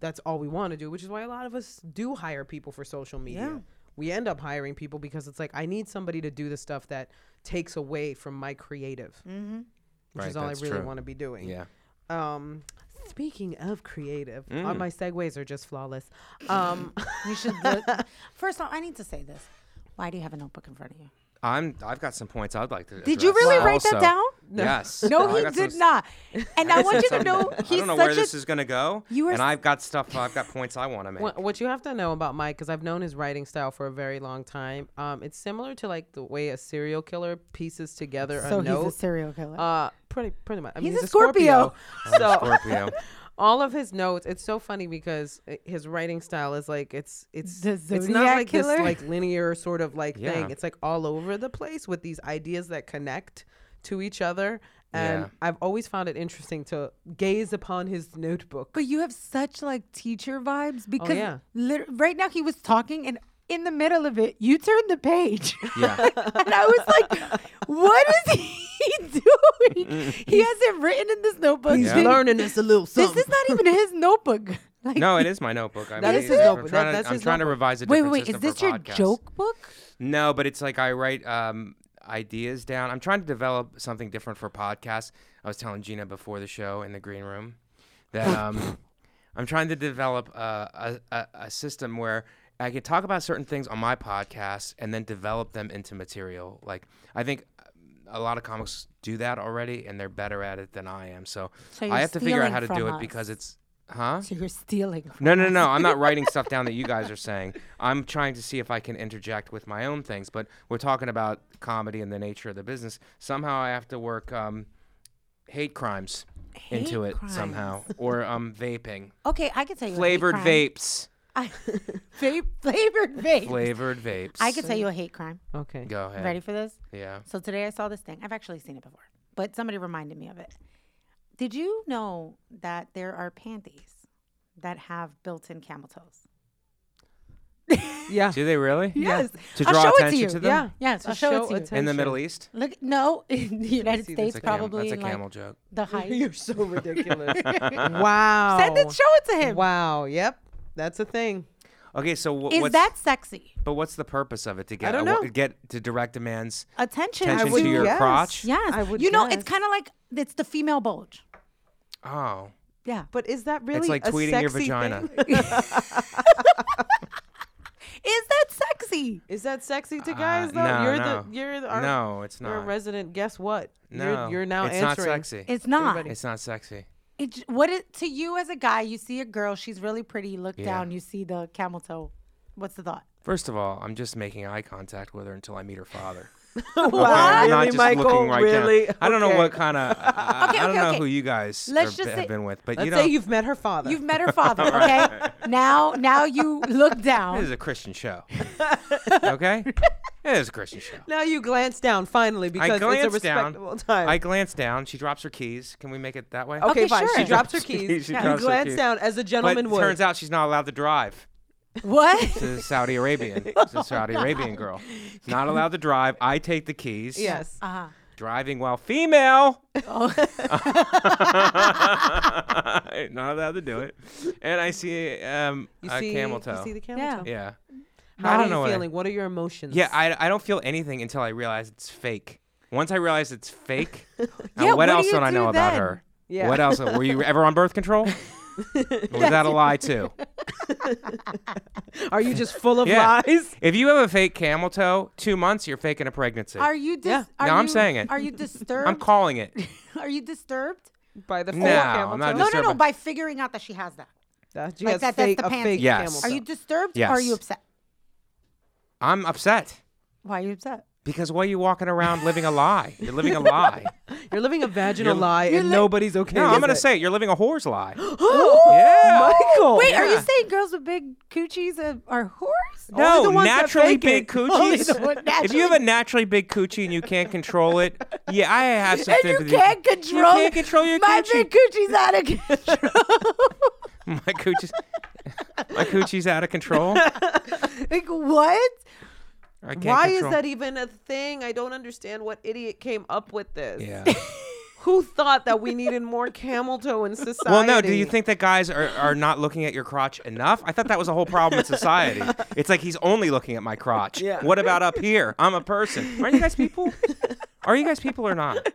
[SPEAKER 3] That's all we want to do, which is why a lot of us do hire people for social media. We end up hiring people because it's like I need somebody to do the stuff that takes away from my creative, which
[SPEAKER 5] Right,
[SPEAKER 3] is all I
[SPEAKER 5] that's
[SPEAKER 3] really
[SPEAKER 5] true.
[SPEAKER 3] want to be doing.
[SPEAKER 5] Yeah.
[SPEAKER 3] Um, speaking of creative,
[SPEAKER 5] Mm.
[SPEAKER 3] all my segues are just flawless. Um,
[SPEAKER 4] you should look. first off i need to say this why do you have a notebook in front of you
[SPEAKER 5] I'm. I've got some points I'd like to.
[SPEAKER 4] Did you
[SPEAKER 5] address
[SPEAKER 4] really write that
[SPEAKER 5] also.
[SPEAKER 4] down?
[SPEAKER 5] Yes.
[SPEAKER 4] no
[SPEAKER 5] I
[SPEAKER 4] he
[SPEAKER 5] got some
[SPEAKER 4] did not and i want you to
[SPEAKER 5] stuff-
[SPEAKER 4] know
[SPEAKER 5] I
[SPEAKER 4] he's
[SPEAKER 5] don't know where
[SPEAKER 4] such
[SPEAKER 5] this
[SPEAKER 4] a
[SPEAKER 5] is gonna go.
[SPEAKER 4] You are
[SPEAKER 5] and
[SPEAKER 4] s-
[SPEAKER 5] I've got stuff. I've got points I want to make.
[SPEAKER 3] what, what you have to know about Mike, because I've known his writing style for a very long time, um, it's similar to like the way a serial killer pieces together
[SPEAKER 4] so
[SPEAKER 3] a
[SPEAKER 4] he's a
[SPEAKER 3] note.
[SPEAKER 4] serial killer
[SPEAKER 3] uh, pretty pretty much. I mean,
[SPEAKER 4] He's a Scorpio.
[SPEAKER 5] Oh,
[SPEAKER 3] so
[SPEAKER 5] Scorpio.
[SPEAKER 3] all of his notes, it's so funny because i- his writing style is like it's it's
[SPEAKER 4] The
[SPEAKER 3] it's not
[SPEAKER 4] Zodiac
[SPEAKER 3] like this
[SPEAKER 4] killer?
[SPEAKER 3] like linear sort of like
[SPEAKER 5] Yeah.
[SPEAKER 3] thing. It's like all over the place with these ideas that connect to each other. And
[SPEAKER 5] Yeah.
[SPEAKER 3] I've always found it interesting to gaze upon his notebook.
[SPEAKER 4] But you have such like teacher vibes
[SPEAKER 5] Oh,
[SPEAKER 4] because
[SPEAKER 3] yeah.
[SPEAKER 4] lit- right now he was talking and in the middle of it, you turned the page.
[SPEAKER 5] Yeah.
[SPEAKER 4] and I was like, what is he doing? He has it written in this notebook.
[SPEAKER 5] He's Yeah.
[SPEAKER 3] Learning this a little
[SPEAKER 4] This
[SPEAKER 3] something.
[SPEAKER 4] is not even his notebook. Like,
[SPEAKER 5] No, it is my notebook. I
[SPEAKER 3] That
[SPEAKER 5] mean,
[SPEAKER 3] is his
[SPEAKER 5] I'm
[SPEAKER 3] notebook. That-
[SPEAKER 5] trying to-
[SPEAKER 3] that's
[SPEAKER 5] I'm
[SPEAKER 3] his
[SPEAKER 5] trying to
[SPEAKER 3] notebook.
[SPEAKER 5] revise a
[SPEAKER 4] Wait, wait,
[SPEAKER 5] different
[SPEAKER 4] wait. Is
[SPEAKER 5] system for
[SPEAKER 4] this your
[SPEAKER 5] podcasts.
[SPEAKER 4] joke book?
[SPEAKER 5] No, but it's like I write um, ideas down. I'm trying to develop something different for podcasts. I was telling Gina before the show in the green room that um, I'm trying to develop uh, a, a, a, a system where I can talk about certain things on my podcast and then develop them into material. Like I think a lot of comics do that already, and they're better at it than I am. So,
[SPEAKER 4] So you're
[SPEAKER 5] I have to figure out
[SPEAKER 4] stealing
[SPEAKER 5] how to do
[SPEAKER 4] from
[SPEAKER 5] it because
[SPEAKER 4] us.
[SPEAKER 5] it's huh.
[SPEAKER 4] So you're stealing. From
[SPEAKER 5] No, no, no. I'm not writing stuff down that you guys are saying. I'm trying to see if I can interject with my own things. But we're talking about comedy and the nature of the business. Somehow I have to work um, hate crimes into
[SPEAKER 4] Hate
[SPEAKER 5] it somehow, or um, vaping,
[SPEAKER 4] Okay, I can tell you. a hate
[SPEAKER 5] flavored
[SPEAKER 4] crime.
[SPEAKER 5] vapes,
[SPEAKER 4] I, vape, flavored vape.
[SPEAKER 5] flavored vapes.
[SPEAKER 4] I can tell you a hate crime.
[SPEAKER 3] okay.
[SPEAKER 5] go ahead.
[SPEAKER 4] Ready for this?
[SPEAKER 5] Yeah.
[SPEAKER 4] So today I saw this thing. I've actually seen it before, but somebody reminded me of it. Did you know that there are panties that have built-in camel toes?
[SPEAKER 3] Yeah.
[SPEAKER 5] Do they really?
[SPEAKER 4] Yes.
[SPEAKER 5] To
[SPEAKER 4] I'll
[SPEAKER 5] draw
[SPEAKER 4] show it to
[SPEAKER 5] attention
[SPEAKER 4] you.
[SPEAKER 5] to,
[SPEAKER 3] Yeah.
[SPEAKER 5] them
[SPEAKER 4] Yes,
[SPEAKER 3] To
[SPEAKER 4] I'll show, it to you.
[SPEAKER 5] in the
[SPEAKER 3] attention.
[SPEAKER 5] Middle East.
[SPEAKER 4] Look, no, in the United
[SPEAKER 3] see this.
[SPEAKER 4] States,
[SPEAKER 5] It's a cam-
[SPEAKER 4] probably
[SPEAKER 5] that's a
[SPEAKER 4] like
[SPEAKER 5] camel joke.
[SPEAKER 4] the height.
[SPEAKER 3] You're so ridiculous. wow.
[SPEAKER 4] Send it. Show it to him.
[SPEAKER 3] Wow. Yep. That's a thing.
[SPEAKER 5] Okay, so wh-
[SPEAKER 4] Is
[SPEAKER 5] what's
[SPEAKER 4] that sexy?
[SPEAKER 5] But what's the purpose of it to get
[SPEAKER 3] don't
[SPEAKER 5] a wo-
[SPEAKER 3] know.
[SPEAKER 5] get to direct a man's
[SPEAKER 4] Attention,
[SPEAKER 5] attention
[SPEAKER 3] would
[SPEAKER 5] to your
[SPEAKER 3] guess.
[SPEAKER 5] crotch?
[SPEAKER 4] Yes,
[SPEAKER 3] I would
[SPEAKER 4] you know it's
[SPEAKER 3] guess.
[SPEAKER 4] kind of like it's the female bulge.
[SPEAKER 5] Oh.
[SPEAKER 4] Yeah,
[SPEAKER 3] But is that really
[SPEAKER 5] It's like
[SPEAKER 3] a
[SPEAKER 5] tweeting your
[SPEAKER 3] sexy
[SPEAKER 5] vagina.
[SPEAKER 3] thing?
[SPEAKER 4] is that sexy?
[SPEAKER 3] Is that sexy to
[SPEAKER 5] Uh,
[SPEAKER 3] guys though?
[SPEAKER 5] no,
[SPEAKER 3] you're
[SPEAKER 5] no.
[SPEAKER 3] the you're the our,
[SPEAKER 5] no, it's
[SPEAKER 3] you're a
[SPEAKER 5] not.
[SPEAKER 3] resident. Guess what?
[SPEAKER 5] no,
[SPEAKER 3] You're, you're now
[SPEAKER 5] it's
[SPEAKER 3] answering.
[SPEAKER 5] not sexy.
[SPEAKER 4] It's not.
[SPEAKER 5] It's not sexy.
[SPEAKER 4] It, j- what it, to you as a guy, you see a girl, she's really pretty. You look down, you see the camel toe. What's the thought?
[SPEAKER 5] First of all, I'm just making eye contact with her until I meet her father.
[SPEAKER 3] Wow.
[SPEAKER 5] Okay, I'm not
[SPEAKER 3] Really,
[SPEAKER 5] just
[SPEAKER 3] Michael?
[SPEAKER 5] looking right
[SPEAKER 3] really?
[SPEAKER 5] down. I don't know
[SPEAKER 3] Okay.
[SPEAKER 5] what kind of. I,
[SPEAKER 4] Okay,
[SPEAKER 5] I don't
[SPEAKER 4] okay,
[SPEAKER 5] know
[SPEAKER 4] okay.
[SPEAKER 5] who you guys
[SPEAKER 4] Let's
[SPEAKER 5] are-
[SPEAKER 4] just
[SPEAKER 5] have
[SPEAKER 4] say-
[SPEAKER 5] been with, but
[SPEAKER 3] Let's
[SPEAKER 5] you
[SPEAKER 3] say
[SPEAKER 5] don't.
[SPEAKER 3] you've met her father.
[SPEAKER 4] You've met her father, okay? now, now you look
[SPEAKER 5] this is
[SPEAKER 4] down.
[SPEAKER 5] a Christian show. okay, it is a Christian show.
[SPEAKER 3] now you glance down finally
[SPEAKER 5] I
[SPEAKER 3] because it's a
[SPEAKER 5] glance down.
[SPEAKER 3] respectable time.
[SPEAKER 5] I glance down. She drops her keys. Can we make it that way?
[SPEAKER 3] okay,
[SPEAKER 4] Okay,
[SPEAKER 3] fine.
[SPEAKER 4] sure.
[SPEAKER 3] She
[SPEAKER 4] She
[SPEAKER 3] drops her
[SPEAKER 5] drops her
[SPEAKER 3] keys.
[SPEAKER 5] keys, she
[SPEAKER 3] You
[SPEAKER 5] drops her
[SPEAKER 3] glance
[SPEAKER 5] keys.
[SPEAKER 3] down as a
[SPEAKER 5] but
[SPEAKER 3] gentleman would.
[SPEAKER 5] turns out she's not allowed to drive.
[SPEAKER 4] What?
[SPEAKER 5] She's a Saudi Arabian. She's a Saudi Arabian girl. Not allowed to drive. I take the keys.
[SPEAKER 3] yes.
[SPEAKER 4] Uh-huh.
[SPEAKER 5] driving while female.
[SPEAKER 3] Oh.
[SPEAKER 5] Not allowed to do it. And I see um,
[SPEAKER 3] You
[SPEAKER 5] a
[SPEAKER 3] see,
[SPEAKER 5] camel toe.
[SPEAKER 3] You see the camel
[SPEAKER 4] Yeah.
[SPEAKER 3] toe.
[SPEAKER 5] yeah.
[SPEAKER 3] How
[SPEAKER 5] I
[SPEAKER 3] are
[SPEAKER 5] don't
[SPEAKER 3] you
[SPEAKER 5] know what I-
[SPEAKER 3] feeling? What are your emotions?
[SPEAKER 5] Yeah, I, I don't feel anything until I realize it's fake. Once I realize it's fake, now
[SPEAKER 4] Yeah,
[SPEAKER 5] what,
[SPEAKER 4] what do
[SPEAKER 5] else
[SPEAKER 4] you
[SPEAKER 5] don't I
[SPEAKER 4] do
[SPEAKER 5] know about
[SPEAKER 4] then?
[SPEAKER 5] her?
[SPEAKER 3] Yeah.
[SPEAKER 5] What else? Were you ever on birth control? Or was that a lie too?
[SPEAKER 3] Are you just full of
[SPEAKER 5] Yeah.
[SPEAKER 3] lies?
[SPEAKER 5] If you have a fake camel toe, two months you're faking a pregnancy.
[SPEAKER 4] Are you dis-
[SPEAKER 3] Yeah.
[SPEAKER 4] are
[SPEAKER 5] No, I'm
[SPEAKER 4] you-
[SPEAKER 5] saying it.
[SPEAKER 4] Are you disturbed?
[SPEAKER 5] I'm calling it.
[SPEAKER 4] Are you disturbed?
[SPEAKER 3] By the
[SPEAKER 5] No,
[SPEAKER 3] fake camel
[SPEAKER 5] I'm not
[SPEAKER 3] toe?
[SPEAKER 4] No, no,
[SPEAKER 5] Disturbed
[SPEAKER 4] no.
[SPEAKER 5] by-
[SPEAKER 4] By figuring out that she has that.
[SPEAKER 3] That, she
[SPEAKER 4] Like
[SPEAKER 3] has
[SPEAKER 4] that- that's
[SPEAKER 3] fake,
[SPEAKER 4] the
[SPEAKER 3] a
[SPEAKER 4] pants.
[SPEAKER 3] fake
[SPEAKER 5] Yes.
[SPEAKER 3] camel
[SPEAKER 4] Are you
[SPEAKER 3] toe.
[SPEAKER 4] disturbed or are
[SPEAKER 5] Yes.
[SPEAKER 4] you upset?
[SPEAKER 5] I'm upset
[SPEAKER 4] Why are you upset?
[SPEAKER 5] because why are you walking around living a lie? You're living a lie.
[SPEAKER 3] You're living a vaginal
[SPEAKER 5] You're-
[SPEAKER 3] lie, and nobody's okay.
[SPEAKER 5] No, I'm
[SPEAKER 3] with
[SPEAKER 5] gonna
[SPEAKER 3] it. Oh
[SPEAKER 5] say it. You're living a whore's lie.
[SPEAKER 3] yeah, Michael.
[SPEAKER 4] Wait, are you
[SPEAKER 3] Yeah.
[SPEAKER 4] saying girls with big coochies uh, are whores?
[SPEAKER 5] No,
[SPEAKER 3] the ones that
[SPEAKER 5] naturally
[SPEAKER 3] fake
[SPEAKER 5] big
[SPEAKER 3] it. Only
[SPEAKER 5] coochies.
[SPEAKER 4] the one
[SPEAKER 5] if you have a naturally big coochie and you can't control it, yeah, I have some
[SPEAKER 4] And you
[SPEAKER 5] sympathy.
[SPEAKER 4] can't control,
[SPEAKER 5] You can't control your
[SPEAKER 4] my
[SPEAKER 5] coochie.
[SPEAKER 4] big coochie's out of control.
[SPEAKER 5] my coochie's my coochie's out of control.
[SPEAKER 4] like what?
[SPEAKER 5] I can't
[SPEAKER 3] Why
[SPEAKER 5] control.
[SPEAKER 3] is that even a thing? I don't understand what idiot came up with this.
[SPEAKER 5] Yeah.
[SPEAKER 3] Who thought that we needed more camel toe in society?
[SPEAKER 5] Well, no. Do you think that guys are, are not looking at your crotch enough? I thought that was a whole problem in society. It's like he's only looking at my crotch.
[SPEAKER 3] Yeah.
[SPEAKER 5] What about up here? I'm a person. Aren't you guys people? Are you guys people or not?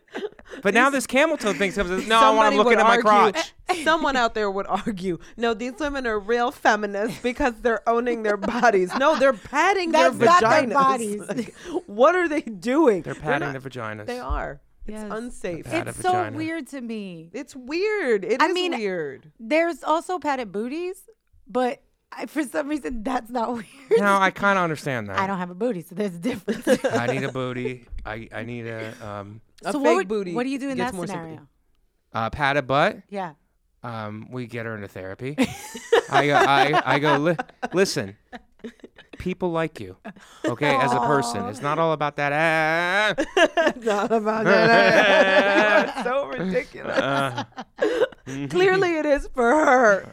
[SPEAKER 5] But now this camel toe thing comes. No, I want
[SPEAKER 3] Somebody
[SPEAKER 5] to look
[SPEAKER 3] would
[SPEAKER 5] at my
[SPEAKER 3] argue-
[SPEAKER 5] crotch.
[SPEAKER 3] Someone out there would argue, no, these women are real feminists because they're owning their bodies. No, they're padding
[SPEAKER 4] That's
[SPEAKER 3] their
[SPEAKER 4] not their
[SPEAKER 3] vaginas.
[SPEAKER 4] bodies.
[SPEAKER 3] Like, what are they doing?
[SPEAKER 5] They're padding
[SPEAKER 3] not-
[SPEAKER 5] their vaginas.
[SPEAKER 3] They are.
[SPEAKER 4] Yes.
[SPEAKER 3] It's unsafe.
[SPEAKER 5] Pat- Out
[SPEAKER 4] It's
[SPEAKER 5] of
[SPEAKER 4] so
[SPEAKER 5] vagina.
[SPEAKER 4] weird to me.
[SPEAKER 3] it's weird. It is
[SPEAKER 4] I mean,
[SPEAKER 3] weird.
[SPEAKER 4] There's also padded booties, but I, for some reason, that's not weird.
[SPEAKER 5] No, I kind of understand that.
[SPEAKER 4] I don't have a booty, so there's a difference.
[SPEAKER 5] I need a booty. I, I need a um
[SPEAKER 3] A
[SPEAKER 4] so
[SPEAKER 3] fake
[SPEAKER 4] what would,
[SPEAKER 3] booty
[SPEAKER 4] What do you do in
[SPEAKER 3] gets
[SPEAKER 4] that
[SPEAKER 3] more
[SPEAKER 4] scenario?
[SPEAKER 3] sympathy.
[SPEAKER 5] uh, pat a butt.
[SPEAKER 4] Yeah.
[SPEAKER 5] Um, we get her into therapy. I go, I, I go. Li- listen, people like you, okay, as a person. It's not all about that. "Ah."
[SPEAKER 3] Not about that. eh. so ridiculous.
[SPEAKER 5] Uh-huh.
[SPEAKER 3] Clearly, it is for her.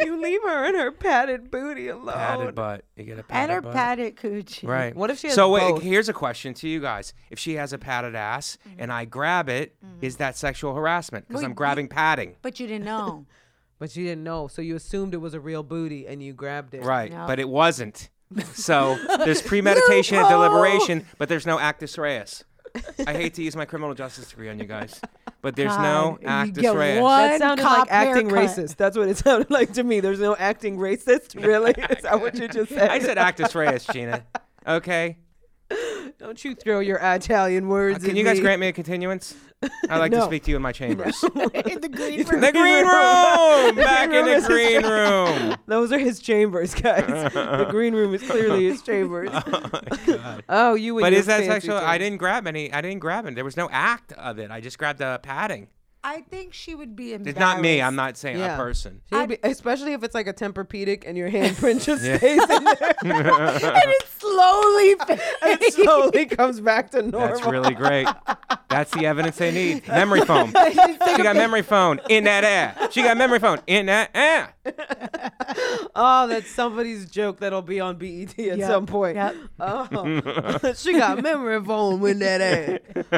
[SPEAKER 3] You leave her and her padded booty alone.
[SPEAKER 5] Patted butt. You get a patted
[SPEAKER 4] And her
[SPEAKER 5] butt.
[SPEAKER 4] padded coochie.
[SPEAKER 5] Right.
[SPEAKER 3] What if she has
[SPEAKER 5] so wait,
[SPEAKER 3] both? Mm-hmm.
[SPEAKER 5] here's a question to you guys: If she has a padded ass and I grab it, is that sexual harassment? Because
[SPEAKER 4] Well,
[SPEAKER 5] I'm
[SPEAKER 4] you-
[SPEAKER 5] grabbing padding.
[SPEAKER 4] But you didn't know.
[SPEAKER 3] But you didn't know, so you assumed it was a real booty and you grabbed it.
[SPEAKER 5] Right,
[SPEAKER 4] No.
[SPEAKER 5] but it wasn't. So there's premeditation and deliberation, but there's no actus reus. I hate to use my criminal justice degree on you guys, but there's no
[SPEAKER 4] God, you
[SPEAKER 5] actus
[SPEAKER 4] get
[SPEAKER 5] reus.
[SPEAKER 4] one-
[SPEAKER 3] That sounded
[SPEAKER 4] cop
[SPEAKER 3] like acting
[SPEAKER 4] haircut.
[SPEAKER 3] racist. That's what it sounded like to me. There's no acting racist, really. Is that what you just said?
[SPEAKER 5] I said uh, actus reus, Gina. Okay.
[SPEAKER 3] Don't you throw your Italian words.
[SPEAKER 5] Can
[SPEAKER 3] at
[SPEAKER 5] you guys
[SPEAKER 3] me.
[SPEAKER 5] grant me a continuance? I'd like to
[SPEAKER 3] No.
[SPEAKER 5] speak to you in my chambers.
[SPEAKER 4] in the green
[SPEAKER 5] the green room! Back in the green room.
[SPEAKER 3] Those are his chambers, guys. the green room is clearly his chambers. oh, you. and
[SPEAKER 5] But
[SPEAKER 3] your
[SPEAKER 5] is that
[SPEAKER 3] fancy
[SPEAKER 5] sexual? I
[SPEAKER 3] chambers.
[SPEAKER 5] didn't grab any. I didn't grab it. There was no act of it. I just grabbed the padding.
[SPEAKER 4] I think she would be embarrassed.
[SPEAKER 5] It's not me. I'm not saying
[SPEAKER 3] Yeah.
[SPEAKER 5] a person.
[SPEAKER 3] She would be- especially if it's like a Tempur-Pedic and your handprint just stays in there
[SPEAKER 4] and it slowly
[SPEAKER 3] and
[SPEAKER 4] fades.
[SPEAKER 3] it slowly comes back to normal.
[SPEAKER 5] That's really great. That's the evidence they need. Memory foam.
[SPEAKER 4] Just take
[SPEAKER 5] She
[SPEAKER 4] a
[SPEAKER 5] got memory phone in that ass. She got memory phone in that ass.
[SPEAKER 3] Oh, that's somebody's joke that'll be on BET at
[SPEAKER 4] Yep,
[SPEAKER 3] some point.
[SPEAKER 4] yep.
[SPEAKER 3] Oh, she got memory foam with that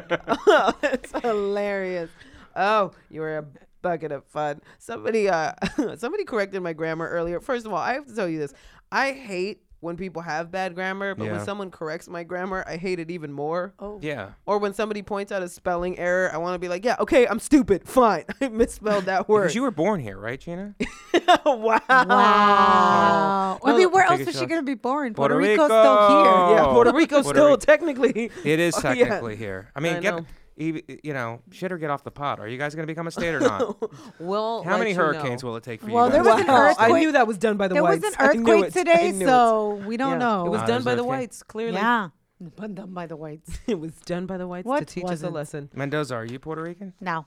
[SPEAKER 3] ass. oh, that's hilarious. Oh, you were a bucket of fun. Somebody, uh, somebody corrected my grammar earlier. First of all, I have to tell you this. I hate when people have bad grammar, but
[SPEAKER 5] Yeah.
[SPEAKER 3] when someone corrects my grammar, I hate it even more. Oh.
[SPEAKER 5] Yeah.
[SPEAKER 3] Or when somebody points out a spelling error, I want to be like, yeah, okay, I'm stupid. Fine. I misspelled that word.
[SPEAKER 5] Because you were born here, right, Gina?
[SPEAKER 3] wow.
[SPEAKER 4] Wow. I mean, where
[SPEAKER 5] Take
[SPEAKER 4] else
[SPEAKER 5] a
[SPEAKER 4] was she
[SPEAKER 5] shot.
[SPEAKER 4] going to be born?
[SPEAKER 5] Puerto
[SPEAKER 4] Puerto, Rico's still
[SPEAKER 5] Rico.
[SPEAKER 4] here.
[SPEAKER 3] Yeah, Puerto
[SPEAKER 5] Oh,
[SPEAKER 3] Rico's
[SPEAKER 5] Puerto
[SPEAKER 3] still
[SPEAKER 5] Rico.
[SPEAKER 3] technically.
[SPEAKER 5] It is
[SPEAKER 3] Oh, yeah.
[SPEAKER 5] technically here. I mean,
[SPEAKER 3] I
[SPEAKER 5] get
[SPEAKER 3] know.
[SPEAKER 5] e- you know, shit or get off the pot. Are you guys gonna become a state or not?
[SPEAKER 3] We'll
[SPEAKER 5] How
[SPEAKER 3] let
[SPEAKER 5] many
[SPEAKER 3] you
[SPEAKER 5] hurricanes
[SPEAKER 3] know.
[SPEAKER 5] will it take for
[SPEAKER 4] Well,
[SPEAKER 5] you?
[SPEAKER 4] there was
[SPEAKER 5] guys to
[SPEAKER 4] an
[SPEAKER 5] become a
[SPEAKER 3] Wow,
[SPEAKER 5] state?
[SPEAKER 3] I
[SPEAKER 4] earthquake-
[SPEAKER 3] knew that was done by the
[SPEAKER 4] There
[SPEAKER 3] whites.
[SPEAKER 4] was an
[SPEAKER 3] I knew
[SPEAKER 4] earthquake
[SPEAKER 3] it. I
[SPEAKER 4] today,
[SPEAKER 3] knew it.
[SPEAKER 4] so we don't
[SPEAKER 3] Yeah.
[SPEAKER 4] know.
[SPEAKER 3] It was
[SPEAKER 5] Ah,
[SPEAKER 3] done
[SPEAKER 5] there's
[SPEAKER 3] by the
[SPEAKER 5] earthquake.
[SPEAKER 3] whites, clearly.
[SPEAKER 4] yeah. But done by the whites.
[SPEAKER 3] It was done by the whites to
[SPEAKER 4] What
[SPEAKER 3] teach us a
[SPEAKER 4] wasn't?
[SPEAKER 3] lesson.
[SPEAKER 5] Mendoza, are you Puerto Rican?
[SPEAKER 4] No,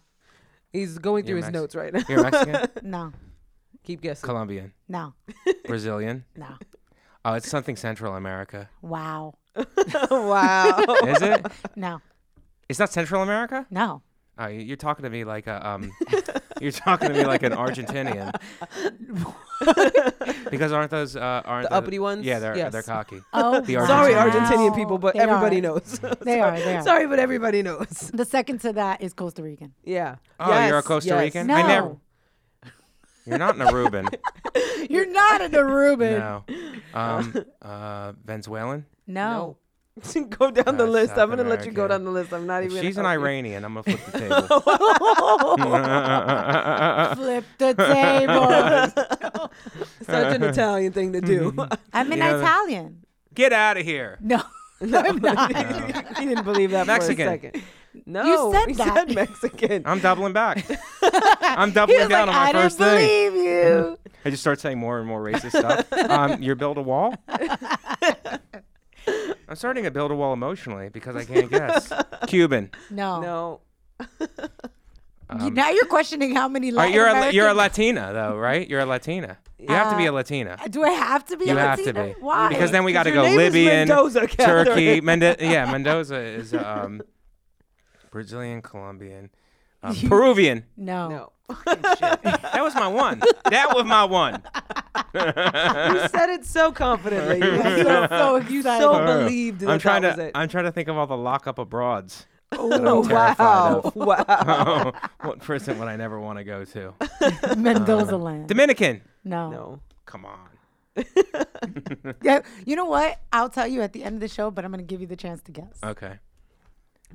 [SPEAKER 3] He's going through
[SPEAKER 5] You're
[SPEAKER 3] his
[SPEAKER 5] Mex-
[SPEAKER 3] notes right now.
[SPEAKER 5] You're Mexican,
[SPEAKER 4] no,
[SPEAKER 3] Keep guessing.
[SPEAKER 5] Colombian,
[SPEAKER 4] no,
[SPEAKER 5] Brazilian.
[SPEAKER 4] no.
[SPEAKER 5] Oh, it's something Central America.
[SPEAKER 4] Wow.
[SPEAKER 3] wow.
[SPEAKER 5] Is it?
[SPEAKER 4] No,
[SPEAKER 5] It's not Central America.
[SPEAKER 4] no.
[SPEAKER 5] Oh, y- you're talking to me like a um, you're talking to me like an Argentinian. because aren't those uh, aren't
[SPEAKER 3] The uppity ones?
[SPEAKER 5] Yeah, they're they're
[SPEAKER 3] Yes.
[SPEAKER 5] cocky.
[SPEAKER 4] Oh,
[SPEAKER 5] The
[SPEAKER 4] wow.
[SPEAKER 3] Sorry,
[SPEAKER 5] Wow.
[SPEAKER 3] Argentinian people, but
[SPEAKER 4] They
[SPEAKER 3] everybody
[SPEAKER 4] are.
[SPEAKER 3] knows.
[SPEAKER 4] They are, they are.
[SPEAKER 3] Sorry, but everybody knows.
[SPEAKER 4] The second to that is Costa Rican.
[SPEAKER 3] Yeah.
[SPEAKER 5] Oh, you're a
[SPEAKER 3] Yes,
[SPEAKER 5] Costa
[SPEAKER 3] yes.
[SPEAKER 5] Rican.
[SPEAKER 4] No.
[SPEAKER 5] I never. You're not an Aruban.
[SPEAKER 4] You're not an Aruban.
[SPEAKER 5] no. Um, uh, Venezuelan.
[SPEAKER 4] No.
[SPEAKER 3] go down the
[SPEAKER 5] Uh,
[SPEAKER 3] list.
[SPEAKER 5] South
[SPEAKER 3] I'm gonna let you go down
[SPEAKER 5] America.
[SPEAKER 3] the list. I'm not
[SPEAKER 5] If
[SPEAKER 3] even.
[SPEAKER 5] she's an
[SPEAKER 3] gonna help you.
[SPEAKER 5] Iranian. I'm gonna flip the table. Uh,
[SPEAKER 4] Flip the table.
[SPEAKER 3] Such an Italian thing to do.
[SPEAKER 4] I'm an
[SPEAKER 5] Yeah.
[SPEAKER 4] Italian.
[SPEAKER 5] Get out of here.
[SPEAKER 4] No. I'm not.
[SPEAKER 3] he didn't believe that
[SPEAKER 5] Mexican.
[SPEAKER 3] for a second. No,
[SPEAKER 4] said
[SPEAKER 3] he
[SPEAKER 4] that.
[SPEAKER 3] said Mexican.
[SPEAKER 5] I'm doubling back. I'm
[SPEAKER 4] He
[SPEAKER 5] doubling
[SPEAKER 4] was
[SPEAKER 5] down
[SPEAKER 4] like,
[SPEAKER 5] on my
[SPEAKER 4] I
[SPEAKER 5] first
[SPEAKER 4] didn't
[SPEAKER 5] thing.
[SPEAKER 4] believe you.
[SPEAKER 5] I just start saying more and more racist stuff. Um, you're build a wall. I'm starting to build a wall emotionally because I can't guess. Cuban.
[SPEAKER 4] No.
[SPEAKER 3] no,
[SPEAKER 4] You- now you're questioning how many
[SPEAKER 5] All right,
[SPEAKER 4] Latin
[SPEAKER 5] you're Um, a,
[SPEAKER 4] American-
[SPEAKER 5] you're a Latina though, right? You're a Latina. You have
[SPEAKER 3] Uh,
[SPEAKER 5] to be a Latina.
[SPEAKER 4] Do I have to be?
[SPEAKER 5] You
[SPEAKER 4] a
[SPEAKER 5] have to
[SPEAKER 4] Latina?
[SPEAKER 5] be.
[SPEAKER 4] Why?
[SPEAKER 5] Because then we got to
[SPEAKER 3] your
[SPEAKER 5] go
[SPEAKER 3] name is
[SPEAKER 5] Libyan,
[SPEAKER 3] Mendoza,
[SPEAKER 5] Turkey,
[SPEAKER 3] Catherine.
[SPEAKER 5] Mendoza. Yeah, Mendoza is um, Brazilian, Colombian, um, Peruvian.
[SPEAKER 4] no.
[SPEAKER 3] no.
[SPEAKER 5] That was my one. That was my one.
[SPEAKER 3] you said it so confidently. You
[SPEAKER 4] I'm
[SPEAKER 3] so,
[SPEAKER 4] so, so
[SPEAKER 3] you
[SPEAKER 4] excited.
[SPEAKER 3] so believed that
[SPEAKER 5] I'm trying
[SPEAKER 3] that was
[SPEAKER 5] to.
[SPEAKER 3] it.
[SPEAKER 5] I'm trying to think of all the lockup abroads.
[SPEAKER 3] oh,
[SPEAKER 5] terrified
[SPEAKER 3] wow,
[SPEAKER 5] of.
[SPEAKER 3] wow.
[SPEAKER 5] Oh, what prison would I never want to go to?
[SPEAKER 4] Mendoza land.
[SPEAKER 5] Dominican.
[SPEAKER 4] no.
[SPEAKER 3] No,
[SPEAKER 5] Come on.
[SPEAKER 4] Yeah. You know what? I'll tell you at the end of the show, but I'm going to give you the chance to guess.
[SPEAKER 5] Okay.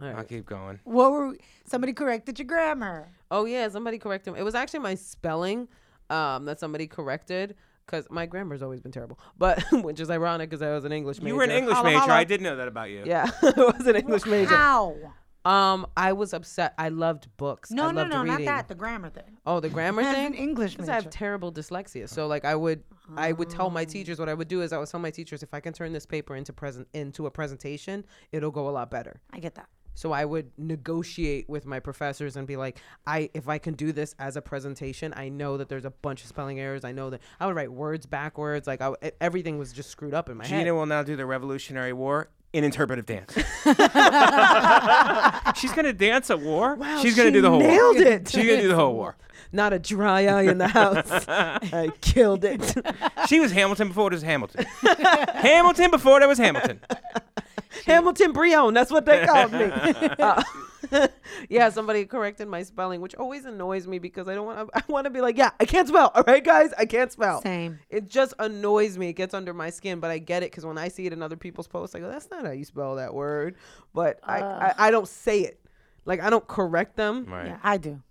[SPEAKER 3] All
[SPEAKER 5] I'll
[SPEAKER 3] right.
[SPEAKER 5] keep going.
[SPEAKER 4] What were we- somebody corrected your grammar?
[SPEAKER 3] Oh yeah, somebody corrected. me. It was actually my spelling um, that somebody corrected because my grammar's always been terrible. But which is ironic because I was an English major.
[SPEAKER 5] You were an English
[SPEAKER 3] Holla,
[SPEAKER 5] major.
[SPEAKER 3] holla.
[SPEAKER 5] I didn't know that about you.
[SPEAKER 3] Yeah, I was an English major.
[SPEAKER 4] How?
[SPEAKER 3] Um, I was upset. I loved books. I
[SPEAKER 4] No, no,
[SPEAKER 3] loved
[SPEAKER 4] no,
[SPEAKER 3] reading.
[SPEAKER 4] not that. The grammar thing.
[SPEAKER 3] Oh, the grammar
[SPEAKER 4] As
[SPEAKER 3] thing.
[SPEAKER 4] an English
[SPEAKER 3] Because I have
[SPEAKER 4] major. Oh.
[SPEAKER 3] terrible dyslexia, so like I would, I would tell my teachers what I would do is I would tell my teachers if I can turn this paper into present into a presentation, it'll go a lot better.
[SPEAKER 4] I get that.
[SPEAKER 3] So I would negotiate with my professors and be like, I if I can do this as a presentation, I know that there's a bunch of spelling errors. I know that I would write words backwards. Like I w e everything was just screwed up in my
[SPEAKER 5] Gina
[SPEAKER 3] head.
[SPEAKER 5] will now do the Revolutionary War in interpretive dance. She's gonna dance a war. She's gonna
[SPEAKER 3] she
[SPEAKER 5] do the whole
[SPEAKER 3] nailed
[SPEAKER 5] war.
[SPEAKER 3] it.
[SPEAKER 5] She's gonna do the whole war.
[SPEAKER 3] Not a dry eye in the house. I killed it.
[SPEAKER 5] She was Hamilton before it was Hamilton. Hamilton before there was Hamilton.
[SPEAKER 3] Hamilton Brion. That's what they called me. Uh, yeah, somebody corrected my spelling, which always annoys me because I don't want to. I want to be like, yeah, I can't spell. All right, guys, I can't spell.
[SPEAKER 4] Same.
[SPEAKER 3] It just annoys me. It gets under my skin, but I get it because when I see it in other people's posts, I go, that's not how you spell that word. But I, I, I don't say it. Like I don't correct them.
[SPEAKER 5] Right.
[SPEAKER 4] Yeah, I do.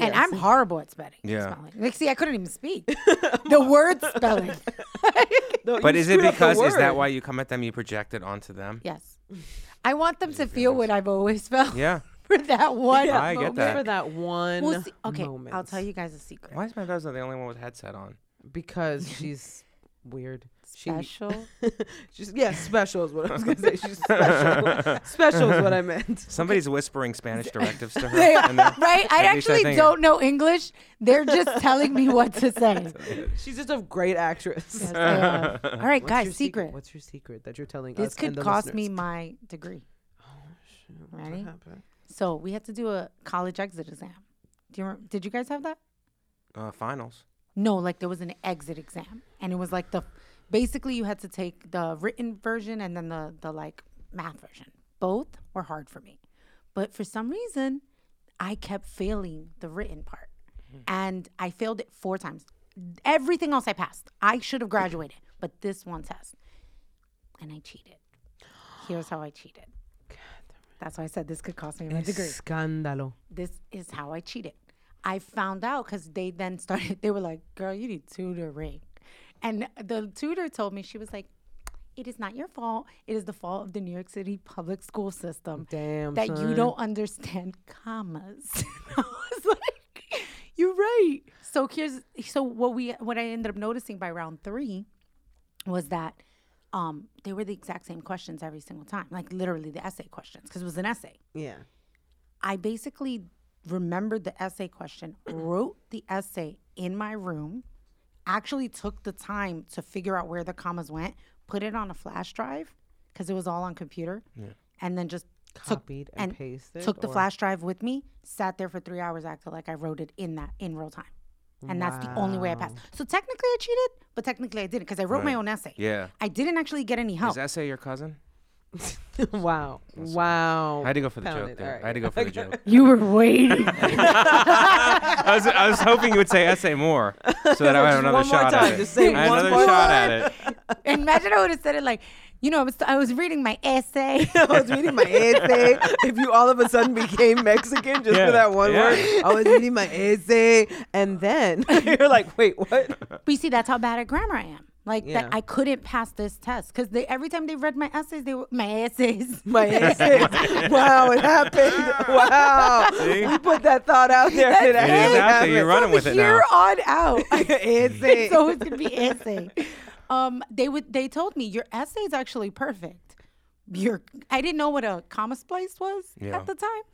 [SPEAKER 4] And I'm horrible at spelling.
[SPEAKER 5] Yeah.
[SPEAKER 4] Spelling. Like, see, I couldn't even speak. the word spelling.
[SPEAKER 3] No,
[SPEAKER 5] But
[SPEAKER 3] you
[SPEAKER 5] is it
[SPEAKER 3] screwed up the
[SPEAKER 5] because is that
[SPEAKER 3] word.
[SPEAKER 5] why you come at them? You project it onto them.
[SPEAKER 4] yes. I want them to feel what I've always felt
[SPEAKER 5] Yeah.
[SPEAKER 4] for that one.
[SPEAKER 5] I get
[SPEAKER 4] moment.
[SPEAKER 5] that.
[SPEAKER 3] For that one
[SPEAKER 4] Well, see- okay,
[SPEAKER 3] moment.
[SPEAKER 4] I'll tell you guys a secret.
[SPEAKER 5] Why is my Beza the only one with headset on?
[SPEAKER 3] because she's weird. She-
[SPEAKER 4] Special.
[SPEAKER 3] she's yeah, special is what I was gonna say. She's special. special is what I meant.
[SPEAKER 5] Somebody's whispering Spanish directives to her.
[SPEAKER 4] They are-
[SPEAKER 5] and then-
[SPEAKER 4] right? I
[SPEAKER 5] At least I
[SPEAKER 4] actually
[SPEAKER 5] think-
[SPEAKER 4] don't know English. They're just telling me what to say.
[SPEAKER 3] She's just a great actress.
[SPEAKER 4] Yes, they are. All right,
[SPEAKER 3] What's
[SPEAKER 4] guys,
[SPEAKER 3] your
[SPEAKER 4] secret.
[SPEAKER 3] What's your secret that you're telling us?
[SPEAKER 4] This
[SPEAKER 3] and
[SPEAKER 4] could
[SPEAKER 3] the
[SPEAKER 4] cost me
[SPEAKER 3] listeners?
[SPEAKER 4] my degree. Ready?
[SPEAKER 3] happened?
[SPEAKER 4] So we had to do a college exit exam. Do you rem- did you guys have that?
[SPEAKER 5] uh, finals.
[SPEAKER 4] No, like there was an exit exam, and it was like the basically you had to take the written version and then the the like math version. Both were hard for me, but for some reason, I kept failing the written part, and I failed it four times. Everything else I passed. I should have graduated, but this one test, and I cheated. Here's how I cheated. That's why I said this could cost me my degree
[SPEAKER 3] Scandalo.
[SPEAKER 4] this is how I cheated. I found out because they then started, they were like, girl, you need tutoring. And the tutor told me, she was like, it is not your fault. It is the fault of the New York City public school system
[SPEAKER 3] Damn,
[SPEAKER 4] that you
[SPEAKER 3] son.
[SPEAKER 4] don't understand commas. I was like, you're right. So here's so what we what I ended up noticing by round three was that um, they were the exact same questions every single time, like literally the essay questions because it was an essay.
[SPEAKER 3] Yeah.
[SPEAKER 4] I basically remembered the essay question, wrote the essay in my room, actually took the time to figure out where the commas went, put it on a flash drive because it was all on computer, and then just took-
[SPEAKER 3] Copied and pasted,
[SPEAKER 4] Took the
[SPEAKER 3] or-
[SPEAKER 4] flash drive with me, sat there for three hours, acted like I wrote it in that in real time. And that's the only way I passed. So technically I cheated, but technically I didn't because I wrote my own essay.
[SPEAKER 5] Yeah.
[SPEAKER 4] I didn't actually get any help.
[SPEAKER 5] Is essay your cousin?
[SPEAKER 3] wow. Wow.
[SPEAKER 5] I had to go for the
[SPEAKER 3] Pound
[SPEAKER 5] joke
[SPEAKER 3] it.
[SPEAKER 5] there.
[SPEAKER 3] All
[SPEAKER 5] I had to go for the joke.
[SPEAKER 4] you were waiting.
[SPEAKER 5] I was, I was hoping you would say essay more, so that I had another
[SPEAKER 3] one more
[SPEAKER 5] shot
[SPEAKER 3] time,
[SPEAKER 5] at it.
[SPEAKER 3] just say
[SPEAKER 5] I had
[SPEAKER 3] one
[SPEAKER 5] another
[SPEAKER 3] more
[SPEAKER 5] shot
[SPEAKER 3] time.
[SPEAKER 5] at it.
[SPEAKER 4] Imagine I would have said it like, you know, I was, I was reading my essay.
[SPEAKER 3] I was reading my essay. If you all of a sudden became Mexican just
[SPEAKER 5] Yeah,
[SPEAKER 3] for that one
[SPEAKER 5] yeah.
[SPEAKER 3] word, I was reading my essay, and then you're like, "Wait, what?"
[SPEAKER 4] But you see, that's how bad at grammar I am. Like
[SPEAKER 3] Yeah.
[SPEAKER 4] that, I couldn't pass this test because they every time they read my essays, they were my essays.
[SPEAKER 3] My essay. wow, it happened. Wow,
[SPEAKER 5] See?
[SPEAKER 3] we put that thought out there. and it
[SPEAKER 5] It is
[SPEAKER 3] actually
[SPEAKER 5] out there. You're
[SPEAKER 3] happened.
[SPEAKER 5] running with it now.
[SPEAKER 4] Here on out,
[SPEAKER 3] Essay.
[SPEAKER 4] it's always gonna be essay. Um, they would. They told me your essay is actually perfect. Your I didn't know what a comma splice was
[SPEAKER 5] Yeah.
[SPEAKER 4] at the time.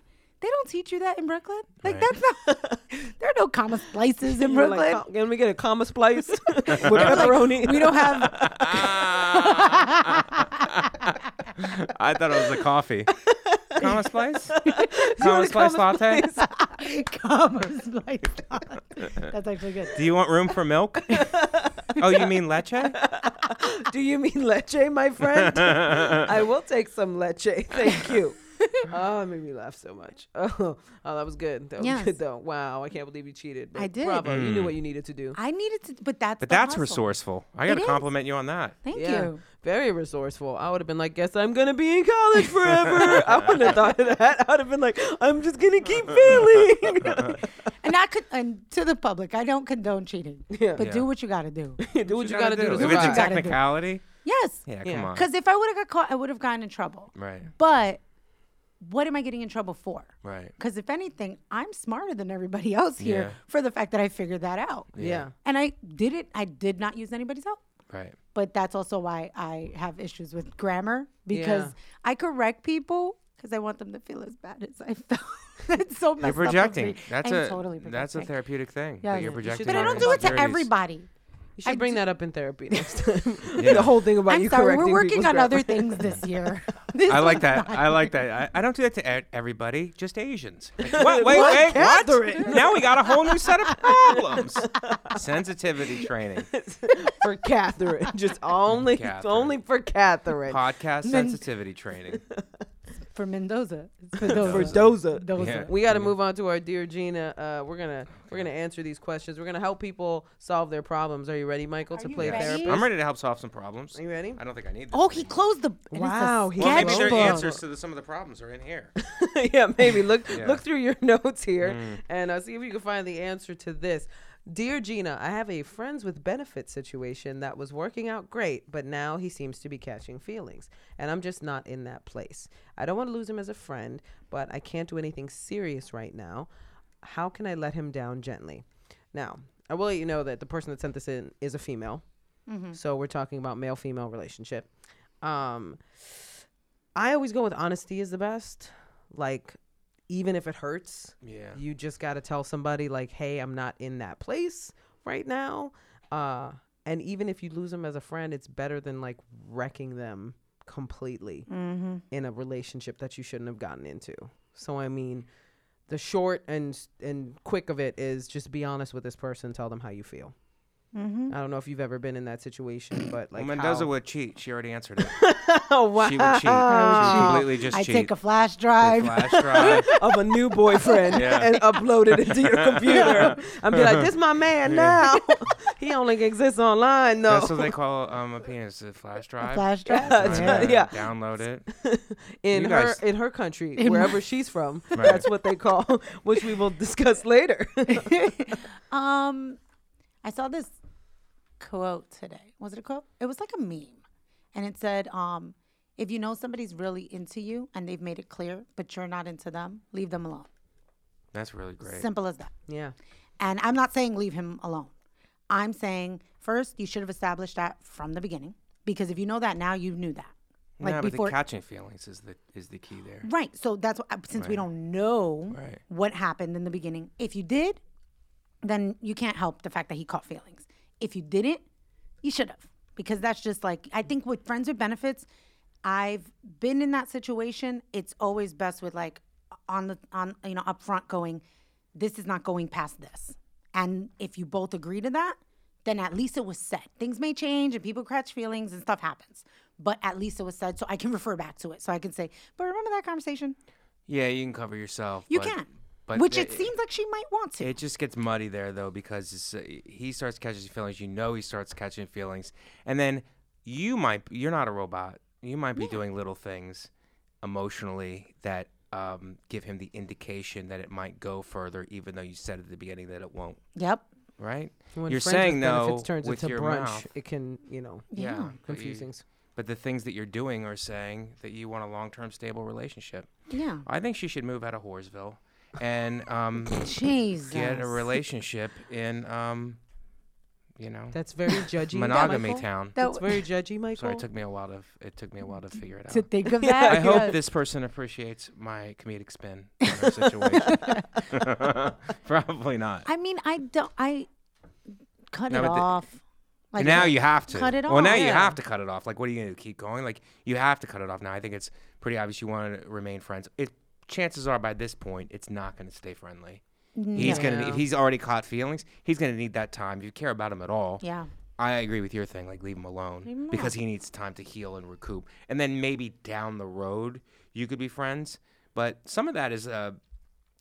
[SPEAKER 4] They don't teach you that in Brooklyn. Like that's not. there are no comma splices in
[SPEAKER 3] You were like,
[SPEAKER 4] Brooklyn.
[SPEAKER 3] "Com- Can we get a comma splice with pepperoni?
[SPEAKER 4] we don't have
[SPEAKER 3] "Oh,
[SPEAKER 5] Ah. I thought it was a coffee. Comma splice?
[SPEAKER 3] want
[SPEAKER 5] Comma
[SPEAKER 3] a
[SPEAKER 5] splice
[SPEAKER 3] comma
[SPEAKER 5] latte?
[SPEAKER 4] commas like that. That's actually good.
[SPEAKER 5] Do you want room for milk? oh, you mean leche?
[SPEAKER 3] Do you mean leche, my friend? I will take some leche. Thank you. oh, it made me laugh so much. Oh, oh that was good. That was
[SPEAKER 4] Yes.
[SPEAKER 3] good, though. Wow, I can't believe you cheated. but
[SPEAKER 4] I did. Mm.
[SPEAKER 3] Bravo, you knew what you needed to do.
[SPEAKER 4] I needed to, but that's
[SPEAKER 5] But
[SPEAKER 4] the
[SPEAKER 5] that's
[SPEAKER 4] hustle.
[SPEAKER 5] resourceful. I
[SPEAKER 4] It
[SPEAKER 5] gotta
[SPEAKER 4] is.
[SPEAKER 5] compliment you on that.
[SPEAKER 4] Thank
[SPEAKER 3] yeah,
[SPEAKER 4] you.
[SPEAKER 3] very resourceful. I would have been like, guess I'm gonna be in college forever. I wouldn't have thought of that. I would have been like, I'm just gonna keep failing.
[SPEAKER 4] And I could, and to the public, I don't condone cheating, but do what you got to do.
[SPEAKER 3] do what you gotta, do. to
[SPEAKER 5] If it's a
[SPEAKER 3] survive.
[SPEAKER 4] gotta do.
[SPEAKER 5] technicality,
[SPEAKER 4] yes,
[SPEAKER 5] yeah,
[SPEAKER 3] Yeah.
[SPEAKER 5] come on.
[SPEAKER 4] because if I would have got caught, I would have gotten in trouble.
[SPEAKER 5] Right.
[SPEAKER 4] But what am I getting in trouble for?
[SPEAKER 5] Right.
[SPEAKER 4] Because if anything, I'm smarter than everybody else here
[SPEAKER 5] Yeah.
[SPEAKER 4] for the fact that I figured that out.
[SPEAKER 3] Yeah.
[SPEAKER 4] And I did it. I did not use anybody's help.
[SPEAKER 5] Right.
[SPEAKER 4] But that's also why I have issues with grammar because
[SPEAKER 3] Yeah.
[SPEAKER 4] I correct people because I want them to feel as bad as I felt. it's so
[SPEAKER 5] You're
[SPEAKER 4] messed
[SPEAKER 5] projecting.
[SPEAKER 4] Up with me.
[SPEAKER 5] That's
[SPEAKER 4] I'm
[SPEAKER 5] a
[SPEAKER 4] totally projecting.
[SPEAKER 5] that's a therapeutic thing. that
[SPEAKER 4] Yeah,
[SPEAKER 5] you're
[SPEAKER 4] yeah. You
[SPEAKER 5] projecting.
[SPEAKER 4] But I
[SPEAKER 5] on
[SPEAKER 4] don't do it to
[SPEAKER 5] insecurities.
[SPEAKER 4] everybody.
[SPEAKER 3] You should bring that up in therapy next time.
[SPEAKER 5] Yeah.
[SPEAKER 3] the whole thing about
[SPEAKER 4] I'm
[SPEAKER 3] you
[SPEAKER 4] sorry.
[SPEAKER 3] correcting
[SPEAKER 4] We're working
[SPEAKER 3] people's
[SPEAKER 4] on
[SPEAKER 3] grammar.
[SPEAKER 4] other things this year. This
[SPEAKER 5] I like
[SPEAKER 4] one's
[SPEAKER 5] that.
[SPEAKER 4] not.
[SPEAKER 5] I like that. I, I don't do that to e- everybody, just Asians. Like, what? Wait, wait, what? Now we got a whole new set of problems. Sensitivity training,
[SPEAKER 3] for Catherine. Just only,
[SPEAKER 5] Catherine.
[SPEAKER 3] only for Catherine.
[SPEAKER 5] podcast sensitivity training.
[SPEAKER 4] for Mendoza. It's For those.
[SPEAKER 3] For Doza.
[SPEAKER 4] Doza.
[SPEAKER 5] Yeah.
[SPEAKER 3] We got to move on to our dear Gina. Uh, we're gonna we're gonna answer these questions. We're gonna help people solve their problems. Are you ready, Michael, to
[SPEAKER 4] you
[SPEAKER 3] play
[SPEAKER 4] ready?
[SPEAKER 3] therapist?
[SPEAKER 5] I'm ready to help solve some problems.
[SPEAKER 3] Are you ready?
[SPEAKER 5] I don't think I need. This
[SPEAKER 4] Oh, he closed the. and it's a
[SPEAKER 3] Wow, he
[SPEAKER 5] Well, maybe their
[SPEAKER 4] sketchbook.
[SPEAKER 5] answers to the, some of the problems are in here.
[SPEAKER 3] yeah, maybe look
[SPEAKER 5] Yeah.
[SPEAKER 3] look through your notes here and uh, see if you can find the answer to this. Dear Gina, I have a friends with benefits situation that was working out great, but now he seems to be catching feelings, and I'm just not in that place. I don't want to lose him as a friend, but I can't do anything serious right now. How can I let him down gently? Now, I will let you know that the person that sent this in is a female. So we're talking about male female relationship. Um, I always go with honesty is the best. Like, even if it hurts,
[SPEAKER 5] Yeah.
[SPEAKER 3] you just got to tell somebody, like, hey, I'm not in that place right now. Uh, and even if you lose them as a friend, it's better than like wrecking them completely in a relationship that you shouldn't have gotten into. So, I mean, the short and and quick of it is just be honest with this person, tell them how you feel. I don't know if you've ever been in that situation, but like
[SPEAKER 5] well, Mendoza
[SPEAKER 3] how-
[SPEAKER 5] would cheat. She already answered it.
[SPEAKER 3] oh, wow.
[SPEAKER 5] She would cheat. She would completely just
[SPEAKER 4] I
[SPEAKER 5] cheat.
[SPEAKER 4] take a flash
[SPEAKER 5] The
[SPEAKER 4] drive.
[SPEAKER 5] flash drive.
[SPEAKER 3] of a new boyfriend
[SPEAKER 5] Yeah. Uh-huh.
[SPEAKER 3] and upload it into your computer. I'd be like, this my man now. he only exists online though.
[SPEAKER 5] That's what they call um, a penis. A flash drive.
[SPEAKER 4] Flash drive.
[SPEAKER 5] Yeah,
[SPEAKER 3] yeah.
[SPEAKER 5] Download it.
[SPEAKER 3] in
[SPEAKER 5] you
[SPEAKER 3] her
[SPEAKER 5] guys-
[SPEAKER 3] in her country,
[SPEAKER 4] In my-
[SPEAKER 3] wherever she's from, that's what they call, which we will discuss later.
[SPEAKER 4] Um, I saw this quote today. Was it a quote? It was like a meme, and it said, um, "If you know somebody's really into you and they've made it clear, but you're not into them, leave them alone.
[SPEAKER 5] That's really great.
[SPEAKER 4] Simple as that."
[SPEAKER 3] yeah.
[SPEAKER 4] And I'm not saying leave him alone. I'm saying first you should have established that from the beginning because if you know that now, you knew that. Like
[SPEAKER 5] yeah, but
[SPEAKER 4] before,
[SPEAKER 5] the catching feelings is the is the key there.
[SPEAKER 4] right? So that's what, since we don't know
[SPEAKER 5] Right.
[SPEAKER 4] what happened in the beginning. If you did, then you can't help the fact that he caught feelings. If you didn't, you should have because that's just like I think with friends with benefits, I've been in that situation. It's always best with like on the on you know upfront going, this is not going past this, and if you both agree to that. Then at least it was said. Things may change and people catch feelings and stuff happens, but at least it was said, so I can refer back to it. So I can say, but remember that conversation?
[SPEAKER 5] Yeah, you can cover yourself.
[SPEAKER 4] You
[SPEAKER 5] but-
[SPEAKER 4] can.
[SPEAKER 5] but
[SPEAKER 4] Which
[SPEAKER 5] th-
[SPEAKER 4] it, seems like she might want to.
[SPEAKER 5] It just gets muddy there though because it's, uh, he starts catching feelings. You know he starts catching feelings, and then you might you're not a robot. You might be doing little things emotionally that um, give him the indication that it might go further, even though you said at the beginning that it won't.
[SPEAKER 4] yep.
[SPEAKER 5] Right?
[SPEAKER 3] When
[SPEAKER 5] you're
[SPEAKER 3] friends with
[SPEAKER 5] saying no
[SPEAKER 3] benefits turns
[SPEAKER 5] with
[SPEAKER 3] into
[SPEAKER 5] your
[SPEAKER 3] brunch,
[SPEAKER 5] mouth.
[SPEAKER 3] it can you know
[SPEAKER 5] Yeah, but you-
[SPEAKER 3] confuse things.
[SPEAKER 5] But the things that you're doing are saying that you want a long-term stable relationship.
[SPEAKER 4] Yeah.
[SPEAKER 5] I think she should move out of Whoresville and um,
[SPEAKER 4] Jesus.
[SPEAKER 5] get a relationship in, um, you know,
[SPEAKER 3] That's very judgy.
[SPEAKER 5] monogamy
[SPEAKER 3] Michael.
[SPEAKER 5] town.
[SPEAKER 4] That
[SPEAKER 3] That's very judgy, Michael.
[SPEAKER 5] Sorry, it took me a while to f- it took me a while to figure it
[SPEAKER 4] to
[SPEAKER 5] out.
[SPEAKER 4] think of
[SPEAKER 5] I
[SPEAKER 4] that.
[SPEAKER 5] hope this person appreciates my comedic spin on her situation. Probably not.
[SPEAKER 4] I mean, I don't. I cut
[SPEAKER 5] No,
[SPEAKER 4] it
[SPEAKER 5] but the-
[SPEAKER 4] off. Like
[SPEAKER 5] And now
[SPEAKER 4] what-
[SPEAKER 5] you have to
[SPEAKER 4] cut it
[SPEAKER 5] Well, now
[SPEAKER 4] off.
[SPEAKER 5] you
[SPEAKER 4] Yeah.
[SPEAKER 5] have to cut it off. Like, what are you gonna do? Keep going? Like, you have to cut it off now. I think it's pretty obvious you want to remain friends. It chances are by this point it's not gonna stay friendly. He's
[SPEAKER 4] No.
[SPEAKER 5] gonna
[SPEAKER 3] Yeah.
[SPEAKER 5] if he's already caught feelings, he's gonna need that time. If you care about him at all,
[SPEAKER 4] Yeah.
[SPEAKER 5] I agree with your thing. Like, leave him alone because he needs time to heal and recoup. And then maybe down the road, you could be friends. But some of that is, uh,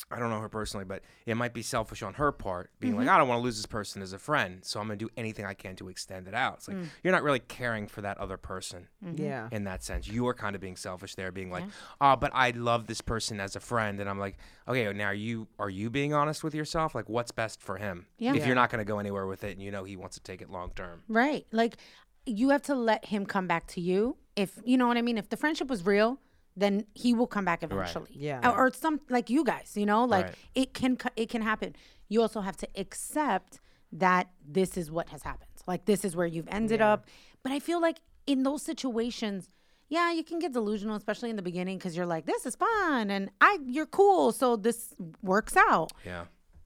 [SPEAKER 5] I don't know her personally, but it might be selfish on her part, being like, I don't want to lose this person as a friend, so I'm going to do anything I can to extend it out. It's like, you're not really caring for that other person
[SPEAKER 3] Yeah.
[SPEAKER 5] in that sense. You are kind of being selfish there, being like, "Oh, but I love this person as a friend," and I'm like, "Okay, now are you are you being honest with yourself? Like, what's best for him?
[SPEAKER 4] Yeah.
[SPEAKER 5] If you're not going to go anywhere with it, and you know he wants to take it long term,
[SPEAKER 4] Right. Like you have to let him come back to you. If you know what I mean. If the friendship was real, then he will come back eventually.
[SPEAKER 3] Yeah.
[SPEAKER 4] Or, or some like you guys, you know, like
[SPEAKER 5] Right.
[SPEAKER 4] it can co- it can happen. You also have to accept that this is what has happened. Like this is where you've ended up. But I feel like in those situations, yeah, you can get delusional, especially in the beginning, because you're like, this is fun and I you're cool, so this works out.
[SPEAKER 5] Yeah.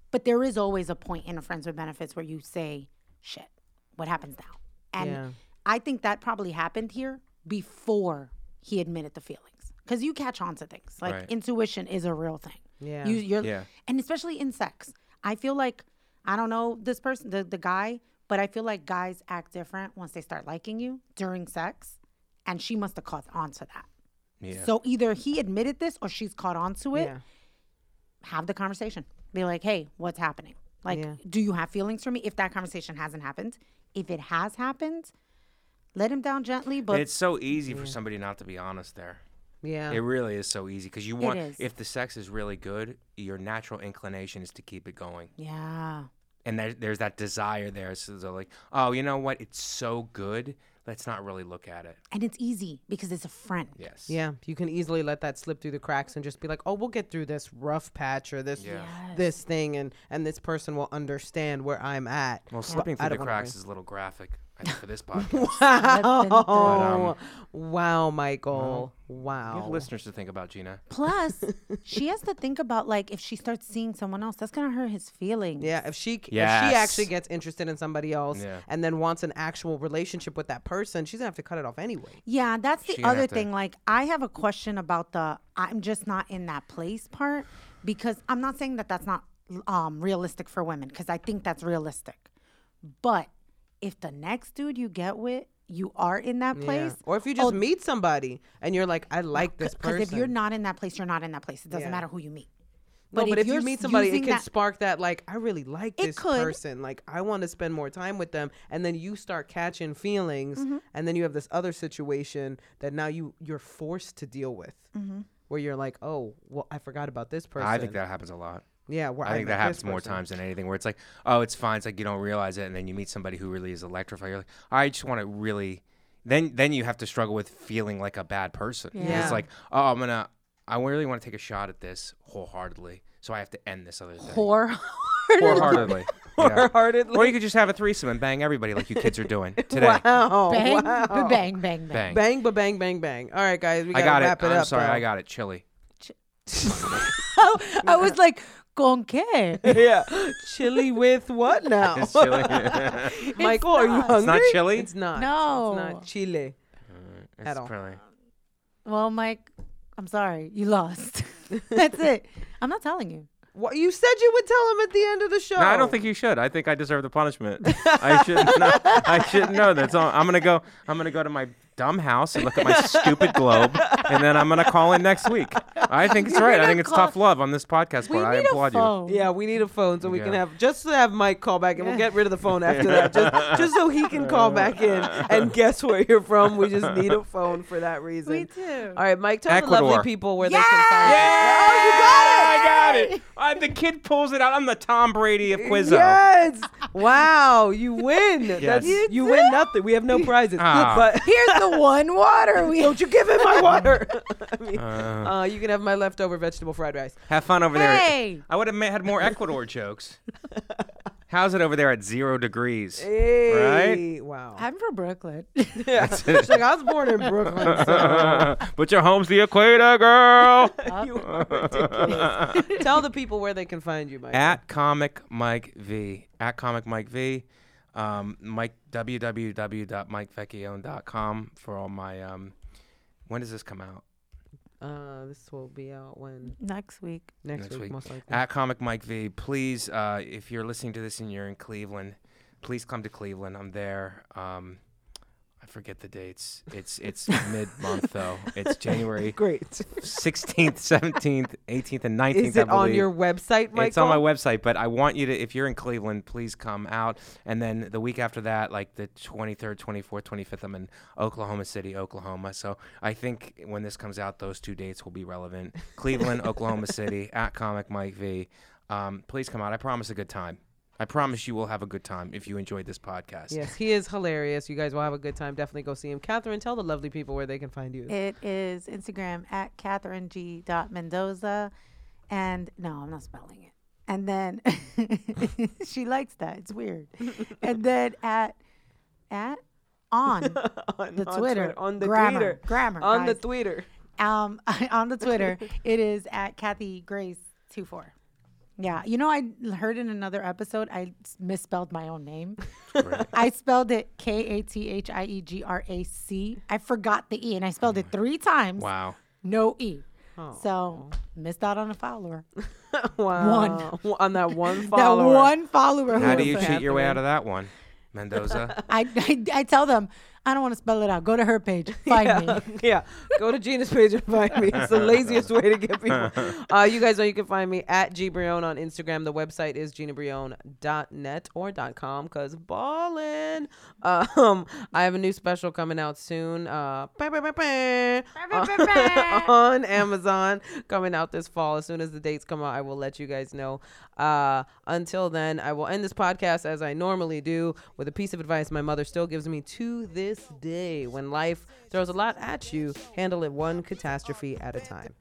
[SPEAKER 4] But there is always a point in a friends with benefits where you say, shit, what happens now? And
[SPEAKER 3] Yeah.
[SPEAKER 4] I think that probably happened here before he admitted the feelings. Because you catch on to things. Like
[SPEAKER 5] Right.
[SPEAKER 4] intuition is a real thing.
[SPEAKER 3] Yeah.
[SPEAKER 4] You, you're,
[SPEAKER 5] Yeah.
[SPEAKER 4] And especially in sex. I feel like, I don't know this person, the, the guy, but I feel like guys act different once they start liking you during sex. And she must have caught on to that.
[SPEAKER 5] Yeah.
[SPEAKER 4] So either he admitted this or she's caught on to it
[SPEAKER 3] Yeah.
[SPEAKER 4] have the conversation. Be like, hey, what's happening? Like,
[SPEAKER 3] Yeah.
[SPEAKER 4] do you have feelings for me? If that conversation hasn't happened, if it has happened, let him down gently. But
[SPEAKER 5] And it's so easy for somebody not to be honest there.
[SPEAKER 3] Yeah.
[SPEAKER 5] It really is so easy because you want,
[SPEAKER 4] is.
[SPEAKER 5] if the sex is really good, your natural inclination is to keep it going.
[SPEAKER 4] yeah,
[SPEAKER 5] And there, there's that desire there. So they're like, oh, you know what? It's so good. Let's not really look at it.
[SPEAKER 4] and it's easy because it's a friend.
[SPEAKER 5] Yes.
[SPEAKER 3] Yeah, you can easily let that slip through the cracks and just be like, "Oh, we'll get through this rough patch or this this thing, and and this person will understand where I'm at."
[SPEAKER 5] Well, slipping through
[SPEAKER 3] out
[SPEAKER 5] the
[SPEAKER 3] of hungry.
[SPEAKER 5] cracks is a little graphic, I think, for this podcast.
[SPEAKER 3] Oh. Wow, wow, Michael,
[SPEAKER 5] um, You have
[SPEAKER 3] wow.
[SPEAKER 5] listeners to think about, Gina.
[SPEAKER 4] Plus, she has to think about like if she starts seeing someone else, that's gonna hurt his feelings.
[SPEAKER 3] Yeah, if she if she
[SPEAKER 5] Yes.
[SPEAKER 3] actually gets interested in somebody else
[SPEAKER 5] Yeah.
[SPEAKER 3] and then wants an actual relationship with that person, she's gonna have to cut it off anyway.
[SPEAKER 4] Yeah, that's the
[SPEAKER 5] gonna
[SPEAKER 4] other
[SPEAKER 5] have to-
[SPEAKER 4] thing. Like, I have a question about the I'm just not in that place part because I'm not saying that that's not um, realistic for women because I think that's realistic. But if the next dude you get with, you are in that place.
[SPEAKER 3] Or if you just meet somebody and you're like, "I like this
[SPEAKER 4] Because
[SPEAKER 3] person,"
[SPEAKER 4] if you're not in that place, you're not in that place. It doesn't matter who you meet.
[SPEAKER 3] No, but, if, you
[SPEAKER 4] you're
[SPEAKER 3] meet somebody, it
[SPEAKER 4] using
[SPEAKER 3] can
[SPEAKER 4] that-
[SPEAKER 3] spark that like I really like this
[SPEAKER 4] could.
[SPEAKER 3] person. Like I want to spend more time with them, and then you start catching feelings,
[SPEAKER 4] Mm-hmm.
[SPEAKER 3] and then you have this other situation that now you you're forced to deal with,
[SPEAKER 4] Mm-hmm.
[SPEAKER 3] where you're like, oh, well, I forgot about this person.
[SPEAKER 5] I think that happens a lot.
[SPEAKER 3] Yeah, where
[SPEAKER 5] I think
[SPEAKER 3] met
[SPEAKER 5] that
[SPEAKER 3] this
[SPEAKER 5] happens more
[SPEAKER 3] person.
[SPEAKER 5] times than anything, where it's like, oh, it's fine. It's like you don't realize it, and then you meet somebody who really is electrified. You're like, I just want to really. Then, then you have to struggle with feeling like a bad person.
[SPEAKER 3] Yeah.
[SPEAKER 5] It's like, oh, I'm gonna, I really want to take a shot at this wholeheartedly, so I have to end this other thing
[SPEAKER 4] Whore.
[SPEAKER 5] wholeheartedly. yeah.
[SPEAKER 3] Wholeheartedly.
[SPEAKER 5] Or you could just have a threesome and bang everybody like you kids are doing today.
[SPEAKER 3] Wow.
[SPEAKER 4] Bang,
[SPEAKER 3] wow.
[SPEAKER 4] ba- bang, bang, bang.
[SPEAKER 5] Bang.
[SPEAKER 3] Bang, ba bang, bang, bang. All right, guys, we
[SPEAKER 5] I
[SPEAKER 3] gotta
[SPEAKER 5] got it.
[SPEAKER 3] wrap it,
[SPEAKER 5] I'm
[SPEAKER 3] up.
[SPEAKER 5] sorry,
[SPEAKER 3] though.
[SPEAKER 5] I got it. Chili.
[SPEAKER 4] I was like, con que?
[SPEAKER 3] Yeah, chili with what now?
[SPEAKER 5] It's chili.
[SPEAKER 3] Michael, are you hungry?
[SPEAKER 5] It's not chili?
[SPEAKER 3] It's not.
[SPEAKER 4] No.
[SPEAKER 3] it's not chili.
[SPEAKER 5] It's
[SPEAKER 3] all.
[SPEAKER 5] probably-
[SPEAKER 4] Well, Mike, I'm sorry. You lost. That's it. I'm not telling you.
[SPEAKER 3] What you said you would tell him at the end of the show.
[SPEAKER 5] No, I don't think you should. I think I deserve the punishment. I shouldn't know. I shouldn't know. That's all. I'm gonna go. I'm gonna go to my dumb house and look at my stupid globe, and then I'm gonna call in next week. I think it's right. I
[SPEAKER 4] gonna
[SPEAKER 5] think it's
[SPEAKER 4] call-
[SPEAKER 5] tough love on this podcast.
[SPEAKER 4] We
[SPEAKER 5] part. I
[SPEAKER 4] need a
[SPEAKER 5] applaud you.
[SPEAKER 4] phone.
[SPEAKER 3] Yeah, we need a phone so we can
[SPEAKER 5] Yeah.
[SPEAKER 3] have just to have Mike call back, and we'll get rid of the phone after that, just just so he can call back in and guess where you're from. We just need a phone for that reason.
[SPEAKER 4] We do.
[SPEAKER 3] All right, Mike, tell the
[SPEAKER 5] Ecuador.
[SPEAKER 3] lovely people where they can find.
[SPEAKER 5] Oh, you
[SPEAKER 3] Oh,
[SPEAKER 5] got it! I got it. I, the kid pulls it out. I'm the Tom Brady of
[SPEAKER 3] you got it.
[SPEAKER 5] Quizzo.
[SPEAKER 3] Yes. Wow, you win. That's,
[SPEAKER 5] You
[SPEAKER 3] you win nothing. We have no prizes.
[SPEAKER 5] Ah.
[SPEAKER 3] But
[SPEAKER 4] Here's the one water we
[SPEAKER 3] don't you give him my water. I mean, uh, you can have my leftover vegetable fried rice.
[SPEAKER 5] Have fun over
[SPEAKER 4] Hey.
[SPEAKER 5] there. I would have had more Ecuador jokes. How's it over there at zero degrees?
[SPEAKER 3] Hey, Wow.
[SPEAKER 4] I'm from Brooklyn.
[SPEAKER 3] Yeah. She's like, I was born in Brooklyn. So.
[SPEAKER 5] but your home's the equator, girl.
[SPEAKER 3] you are ridiculous. Tell the people where they can find you, Mike.
[SPEAKER 5] at comic mike v at comic mike v um mike www.mikevecchione.com for all my um when does this come out
[SPEAKER 3] Uh, this will be out when
[SPEAKER 4] Next week.
[SPEAKER 3] next,
[SPEAKER 5] Next
[SPEAKER 3] week,
[SPEAKER 5] week.
[SPEAKER 3] most likely.
[SPEAKER 5] at comic mike v please uh if you're listening to this and you're in cleveland please come to cleveland i'm there um I forget the dates. It's it's mid month though. It's January
[SPEAKER 3] Great.
[SPEAKER 5] 16th, 17th, 18th, and 19th.
[SPEAKER 3] Is it
[SPEAKER 5] I
[SPEAKER 3] on
[SPEAKER 5] believe.
[SPEAKER 3] your website, Michael?
[SPEAKER 5] It's on my website, but I want you to, if you're in Cleveland, please come out. And then the week after that, like the 23rd, 24th, 25th, I'm in Oklahoma City, Oklahoma. So I think when this comes out, those two dates will be relevant. Cleveland, Oklahoma City, at Comic Mike V. Um, please come out. I promise a good time. I promise you will have a good time if you enjoyed this podcast.
[SPEAKER 3] Yes, he is hilarious. You guys will have a good time. Definitely go see him. Catherine, tell the lovely people where they can find you.
[SPEAKER 4] It is Instagram at Catherine G. Mendoza, and no, I'm not spelling it. And then she likes that. It's weird. and then at at on
[SPEAKER 3] on,
[SPEAKER 4] the
[SPEAKER 3] on
[SPEAKER 4] Twitter,
[SPEAKER 3] on the
[SPEAKER 4] grammar,
[SPEAKER 3] Twitter,
[SPEAKER 4] grammar
[SPEAKER 3] on
[SPEAKER 4] guys.
[SPEAKER 3] the Twitter.
[SPEAKER 4] um on the Twitter, it is at Kathy Grace 24. Yeah, you know, I heard in another episode I s- misspelled my own name. I spelled it K A T H I E G R A C. I forgot the E and I spelled it three times.
[SPEAKER 5] Wow.
[SPEAKER 4] No E.
[SPEAKER 3] Oh.
[SPEAKER 4] So missed out on a follower.
[SPEAKER 3] Wow. One on that one
[SPEAKER 4] That
[SPEAKER 3] follower.
[SPEAKER 4] one follower. who
[SPEAKER 5] How do
[SPEAKER 4] was
[SPEAKER 5] you
[SPEAKER 4] like-
[SPEAKER 5] cheat your way out of that one, Mendoza?
[SPEAKER 4] I, I I tell them I don't want to spell it out. Go to her page. Find me.
[SPEAKER 3] yeah, go to Gina's page and find me. It's the laziest way to get people. Uh, you guys know you can find me at gbrione on Instagram. The website is ginabrione.net or .com because ballin'. Um, I have a new special coming out soon. Uh, bah, bah, bah, bah, on, on Amazon coming out this fall. As soon as the dates come out, I will let you guys know. Uh, until then, I will end this podcast as I normally do with a piece of advice my mother still gives me to this day. When life throws a lot at you, handle it one catastrophe at a time.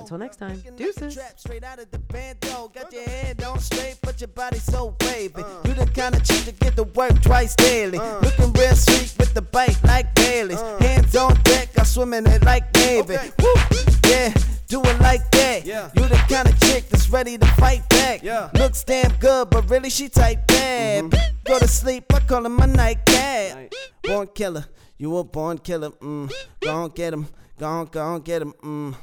[SPEAKER 3] Until next time, deuces.
[SPEAKER 6] Straight out of the bando, got your head on straight, but your body so wavy.
[SPEAKER 2] Uh.
[SPEAKER 6] You the kind of chick that get to work twice daily. Looking real sweet with the bite like Bailey's.
[SPEAKER 2] Uh.
[SPEAKER 6] Hands on deck, I swim in it like Navy. Woo! Yeah, do it like that.
[SPEAKER 2] Yeah.
[SPEAKER 6] You the kind of chick that's ready to fight back.
[SPEAKER 2] Yeah. Mm-hmm.
[SPEAKER 6] Looks damn good, but really she type bad. Go to sleep, I call her my night cat.
[SPEAKER 2] Born killer, you a born killer. Mm. Gon' get him, gon' gon' get him. Mm.